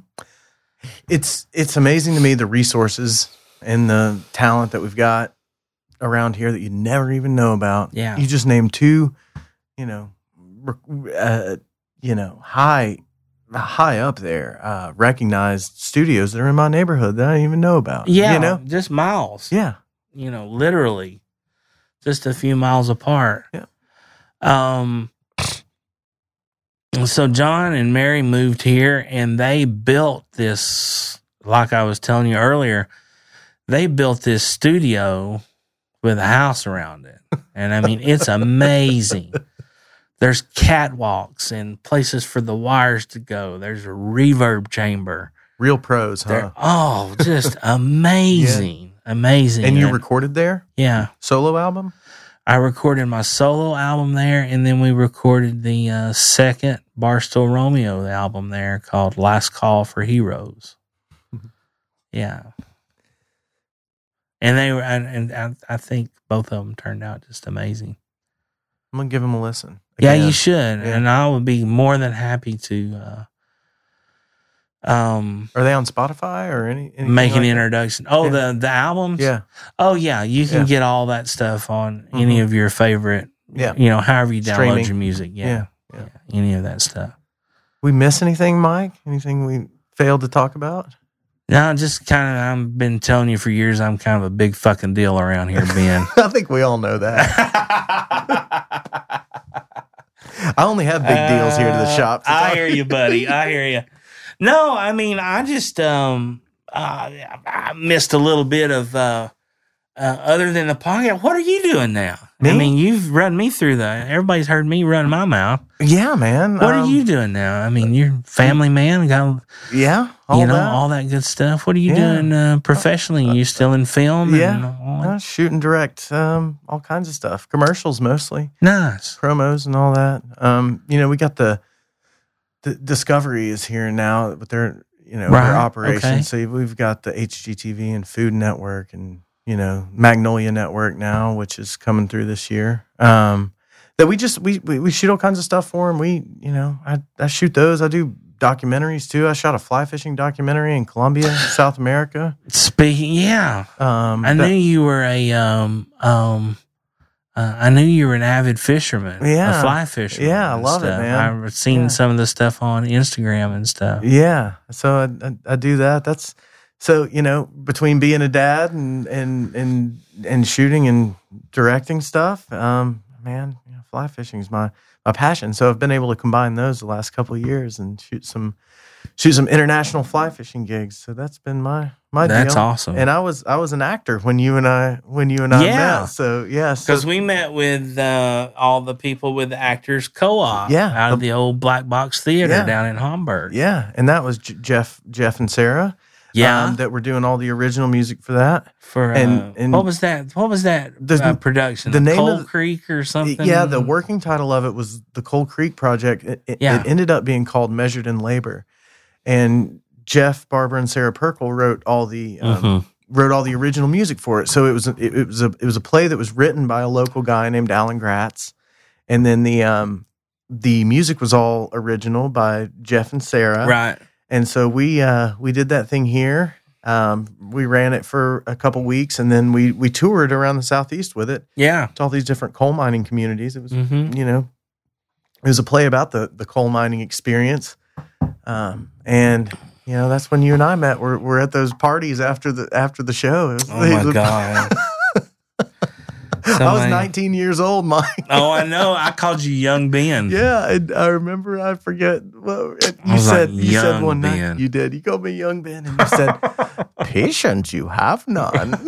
[SPEAKER 1] It's it's amazing to me the resources and the talent that we've got around here that you never even know about.
[SPEAKER 2] Yeah.
[SPEAKER 1] You just named two, you know, rec- uh, you know, high high up there, uh, recognized studios that are in my neighborhood that I didn't even know about.
[SPEAKER 2] Yeah.
[SPEAKER 1] You know?
[SPEAKER 2] just miles.
[SPEAKER 1] Yeah.
[SPEAKER 2] You know, literally just a few miles apart.
[SPEAKER 1] Yeah.
[SPEAKER 2] Um, so John and Mary moved here and they built this, like I was telling you earlier, they built this studio with a house around it. And I mean, it's amazing. There's catwalks and places for the wires to go. There's a reverb chamber.
[SPEAKER 1] Real pros, huh?
[SPEAKER 2] They're all just amazing. Amazing.
[SPEAKER 1] And you recorded there?
[SPEAKER 2] yeah.
[SPEAKER 1] Solo album?
[SPEAKER 2] I recorded my solo album there, and then we recorded the uh, second Barstool Romeo album there called Last Call for Heroes. yeah. And they were, and, and I, I think both of them turned out just amazing.
[SPEAKER 1] I'm going to give him a listen.
[SPEAKER 2] Yeah, you
[SPEAKER 1] Again.
[SPEAKER 2] should.
[SPEAKER 1] Yeah.
[SPEAKER 2] And I would be more than happy to uh, um,
[SPEAKER 1] Are they on Spotify or any? anything
[SPEAKER 2] make an
[SPEAKER 1] like that?
[SPEAKER 2] introduction. Oh,
[SPEAKER 1] Yeah.
[SPEAKER 2] the, the albums?
[SPEAKER 1] Yeah.
[SPEAKER 2] Oh, yeah. You can
[SPEAKER 1] Yeah. Mm-hmm.
[SPEAKER 2] get all that stuff on any of your favorite
[SPEAKER 1] Yeah.
[SPEAKER 2] you know, however you download
[SPEAKER 1] Streaming.
[SPEAKER 2] your music. Yeah,
[SPEAKER 1] Yeah,
[SPEAKER 2] yeah,
[SPEAKER 1] yeah.
[SPEAKER 2] Any of that stuff.
[SPEAKER 1] We miss anything, Mike? Anything we failed to talk about?
[SPEAKER 2] No, I'm just kind of, I've been telling you for years, I'm kind of a big fucking deal around here, Ben.
[SPEAKER 1] I think we all know that. I only have big deals here to the shop. to
[SPEAKER 2] Uh, I
[SPEAKER 1] talk-
[SPEAKER 2] hear you, buddy. I hear you. No, I mean, I just, um, uh, I missed a little bit of, uh, uh, other than the podcast, what are you doing now? I
[SPEAKER 1] Me?
[SPEAKER 2] mean, you've run me through that. Everybody's heard me run my mouth.
[SPEAKER 1] Yeah, man.
[SPEAKER 2] What are
[SPEAKER 1] Um,
[SPEAKER 2] you doing now? I mean, you're family man, got
[SPEAKER 1] Yeah, all
[SPEAKER 2] you know
[SPEAKER 1] that.
[SPEAKER 2] all that good stuff. What are you
[SPEAKER 1] Yeah.
[SPEAKER 2] doing uh, professionally? you still in film?
[SPEAKER 1] Yeah.
[SPEAKER 2] and all that?
[SPEAKER 1] Uh, shoot and direct, um, all kinds of stuff. Commercials mostly,
[SPEAKER 2] nice.
[SPEAKER 1] promos and all that. Um, you know, we got the, the Discovery is here now with their you know
[SPEAKER 2] Right,
[SPEAKER 1] their operation.
[SPEAKER 2] okay.
[SPEAKER 1] So we've got the HGTV and Food Network and you know Magnolia Network now, which is coming through this year. Um, that we just we, we we shoot all kinds of stuff for them. We you know I I shoot those. I do documentaries too. I shot a fly fishing documentary in Colombia, South America.
[SPEAKER 2] Speaking, yeah,
[SPEAKER 1] Um,
[SPEAKER 2] I
[SPEAKER 1] that-
[SPEAKER 2] knew you were a um um. Uh, I knew you were an avid fisherman,
[SPEAKER 1] Yeah.
[SPEAKER 2] a fly fisherman.
[SPEAKER 1] Yeah, I
[SPEAKER 2] and
[SPEAKER 1] love it,
[SPEAKER 2] stuff.
[SPEAKER 1] man.
[SPEAKER 2] I've seen
[SPEAKER 1] Yeah.
[SPEAKER 2] some of the stuff on Instagram and stuff.
[SPEAKER 1] Yeah. So I, I, I do that. That's so you know between being a dad and and and and shooting and directing stuff, um, man, you know, fly fishing is my my passion. So I've been able to combine those the last couple of years and shoot some shoot some international fly fishing gigs. So that's been my my
[SPEAKER 2] That's
[SPEAKER 1] deal.
[SPEAKER 2] awesome.
[SPEAKER 1] And I was I was an actor when you and I when you and I
[SPEAKER 2] Yeah.
[SPEAKER 1] met. So yeah, so
[SPEAKER 2] Because we met with uh, all the people with the Actors Co-op,
[SPEAKER 1] Yeah,
[SPEAKER 2] out of the old Black Box Theater
[SPEAKER 1] Yeah.
[SPEAKER 2] down in Hamburg.
[SPEAKER 1] yeah, and that was J- Jeff Jeff and Sarah.
[SPEAKER 2] Yeah,
[SPEAKER 1] um, that were doing all the original music for that.
[SPEAKER 2] for uh,
[SPEAKER 1] and- and-
[SPEAKER 2] what was that? What was that
[SPEAKER 1] The-
[SPEAKER 2] uh, production?
[SPEAKER 1] the name of
[SPEAKER 2] Coal
[SPEAKER 1] the-
[SPEAKER 2] Creek or something?
[SPEAKER 1] Yeah, the working title of it was the Coal Creek Project. It, it-
[SPEAKER 2] Yeah.
[SPEAKER 1] it ended up being called Measured in Labor, and Jeff Barber and Sarah Perkle wrote all the um,
[SPEAKER 2] Mhm.
[SPEAKER 1] wrote all the original music for it. So it was it, it was a it was a play that was written by a local guy named Alan Gratz, and then the um the music was all original by Jeff and Sarah.
[SPEAKER 2] right.
[SPEAKER 1] And so we uh, we did that thing here. Um, we ran it for a couple weeks, and then we we toured around the southeast with it
[SPEAKER 2] Yeah.
[SPEAKER 1] to all these different coal mining communities. It was
[SPEAKER 2] Mm-hmm.
[SPEAKER 1] you know, it was a play about the the coal mining experience. Um, and you know, that's when you and I met. We're, we're at those parties after the after the show. It was-
[SPEAKER 2] Oh my god.
[SPEAKER 1] I was
[SPEAKER 2] Somebody-
[SPEAKER 1] 19 years old, Mike.
[SPEAKER 2] Oh, I know. I called you Young Ben.
[SPEAKER 1] Yeah, and I remember. I forget. Well, you
[SPEAKER 2] I was
[SPEAKER 1] said
[SPEAKER 2] like,
[SPEAKER 1] you said
[SPEAKER 2] "Young
[SPEAKER 1] one night
[SPEAKER 2] Ben."
[SPEAKER 1] you did. You called me young Ben, and you said, "Patience, you have none."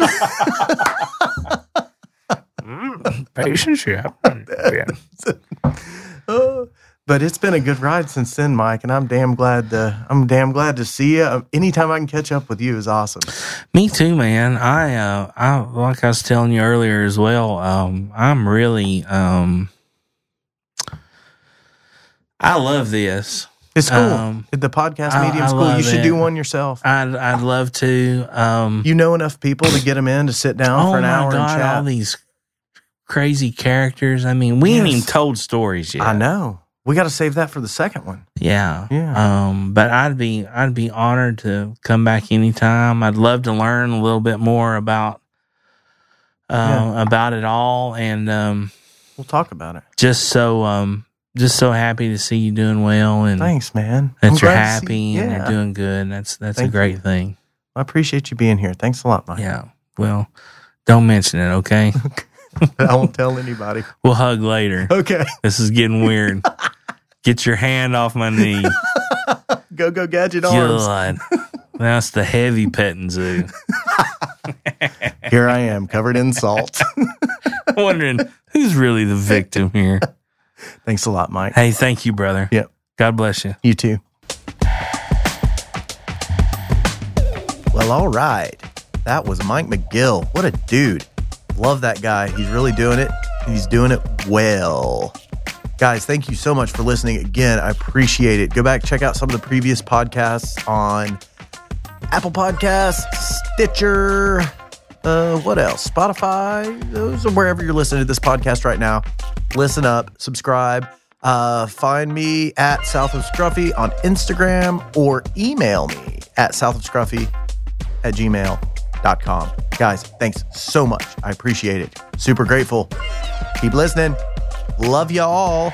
[SPEAKER 2] Patience, yeah.
[SPEAKER 1] Oh, but it's been a good ride since then, Mike, and I'm damn glad to. I'm damn glad to see you. Uh, Anytime I can catch up with you is awesome.
[SPEAKER 2] Me too, man. I, uh, I like I was telling you earlier as well. Um, I'm really, um, I love this.
[SPEAKER 1] It's cool.
[SPEAKER 2] Um,
[SPEAKER 1] the podcast
[SPEAKER 2] I-
[SPEAKER 1] medium's
[SPEAKER 2] I
[SPEAKER 1] cool. You
[SPEAKER 2] love
[SPEAKER 1] should do
[SPEAKER 2] it. Um,
[SPEAKER 1] one yourself.
[SPEAKER 2] I'd, I'd love to. Um,
[SPEAKER 1] You know enough people to get them in to sit down
[SPEAKER 2] oh
[SPEAKER 1] for an
[SPEAKER 2] my
[SPEAKER 1] hour
[SPEAKER 2] god,
[SPEAKER 1] and
[SPEAKER 2] all
[SPEAKER 1] chat.
[SPEAKER 2] these crazy characters. I mean, we ain't
[SPEAKER 1] Yes.
[SPEAKER 2] even told stories yet.
[SPEAKER 1] I know. We got to save that for the second one. Uh,
[SPEAKER 2] Yeah.
[SPEAKER 1] Yeah.
[SPEAKER 2] Um, but I'd be I'd be honored to come back anytime. I'd love to learn a little bit more about uh, about it all and um
[SPEAKER 1] We'll talk about it.
[SPEAKER 2] just so um just so happy to see you doing well and
[SPEAKER 1] Thanks, man. I'm
[SPEAKER 2] Mm. that you're
[SPEAKER 1] glad to
[SPEAKER 2] happy
[SPEAKER 1] see-
[SPEAKER 2] and
[SPEAKER 1] yeah.
[SPEAKER 2] you're doing good. And that's that's
[SPEAKER 1] Thank
[SPEAKER 2] a great
[SPEAKER 1] you.
[SPEAKER 2] thing.
[SPEAKER 1] I appreciate you being here. Thanks a lot, Mike.
[SPEAKER 2] Yeah. Well, don't mention it, okay?
[SPEAKER 1] I won't tell anybody.
[SPEAKER 2] We'll hug later.
[SPEAKER 1] Okay.
[SPEAKER 2] This is getting weird. Get your hand off my knee.
[SPEAKER 1] Go, go, gadget arms.
[SPEAKER 2] God. Now it's the heavy petting zoo.
[SPEAKER 1] Here I am, covered in salt.
[SPEAKER 2] Wondering who's really the victim here.
[SPEAKER 1] Thanks a lot, Mike.
[SPEAKER 2] Hey, thank you, brother.
[SPEAKER 1] Yep.
[SPEAKER 2] God bless you.
[SPEAKER 1] You too. Well, all right. That was Mike McGill. What a dude. Love that guy. He's really doing it. and He's doing it well. Guys, thank you so much for listening again. I appreciate it. Go back, check out some of the previous podcasts on Apple Podcasts, Stitcher, uh, what else? Spotify, those are wherever you're listening to this podcast right now. Listen up, subscribe. Uh, find me at South of Scruffy on Instagram or email me at South of Scruffy at gmail.com. Guys, thanks so much. I appreciate it. Super grateful. Keep listening. Love y'all.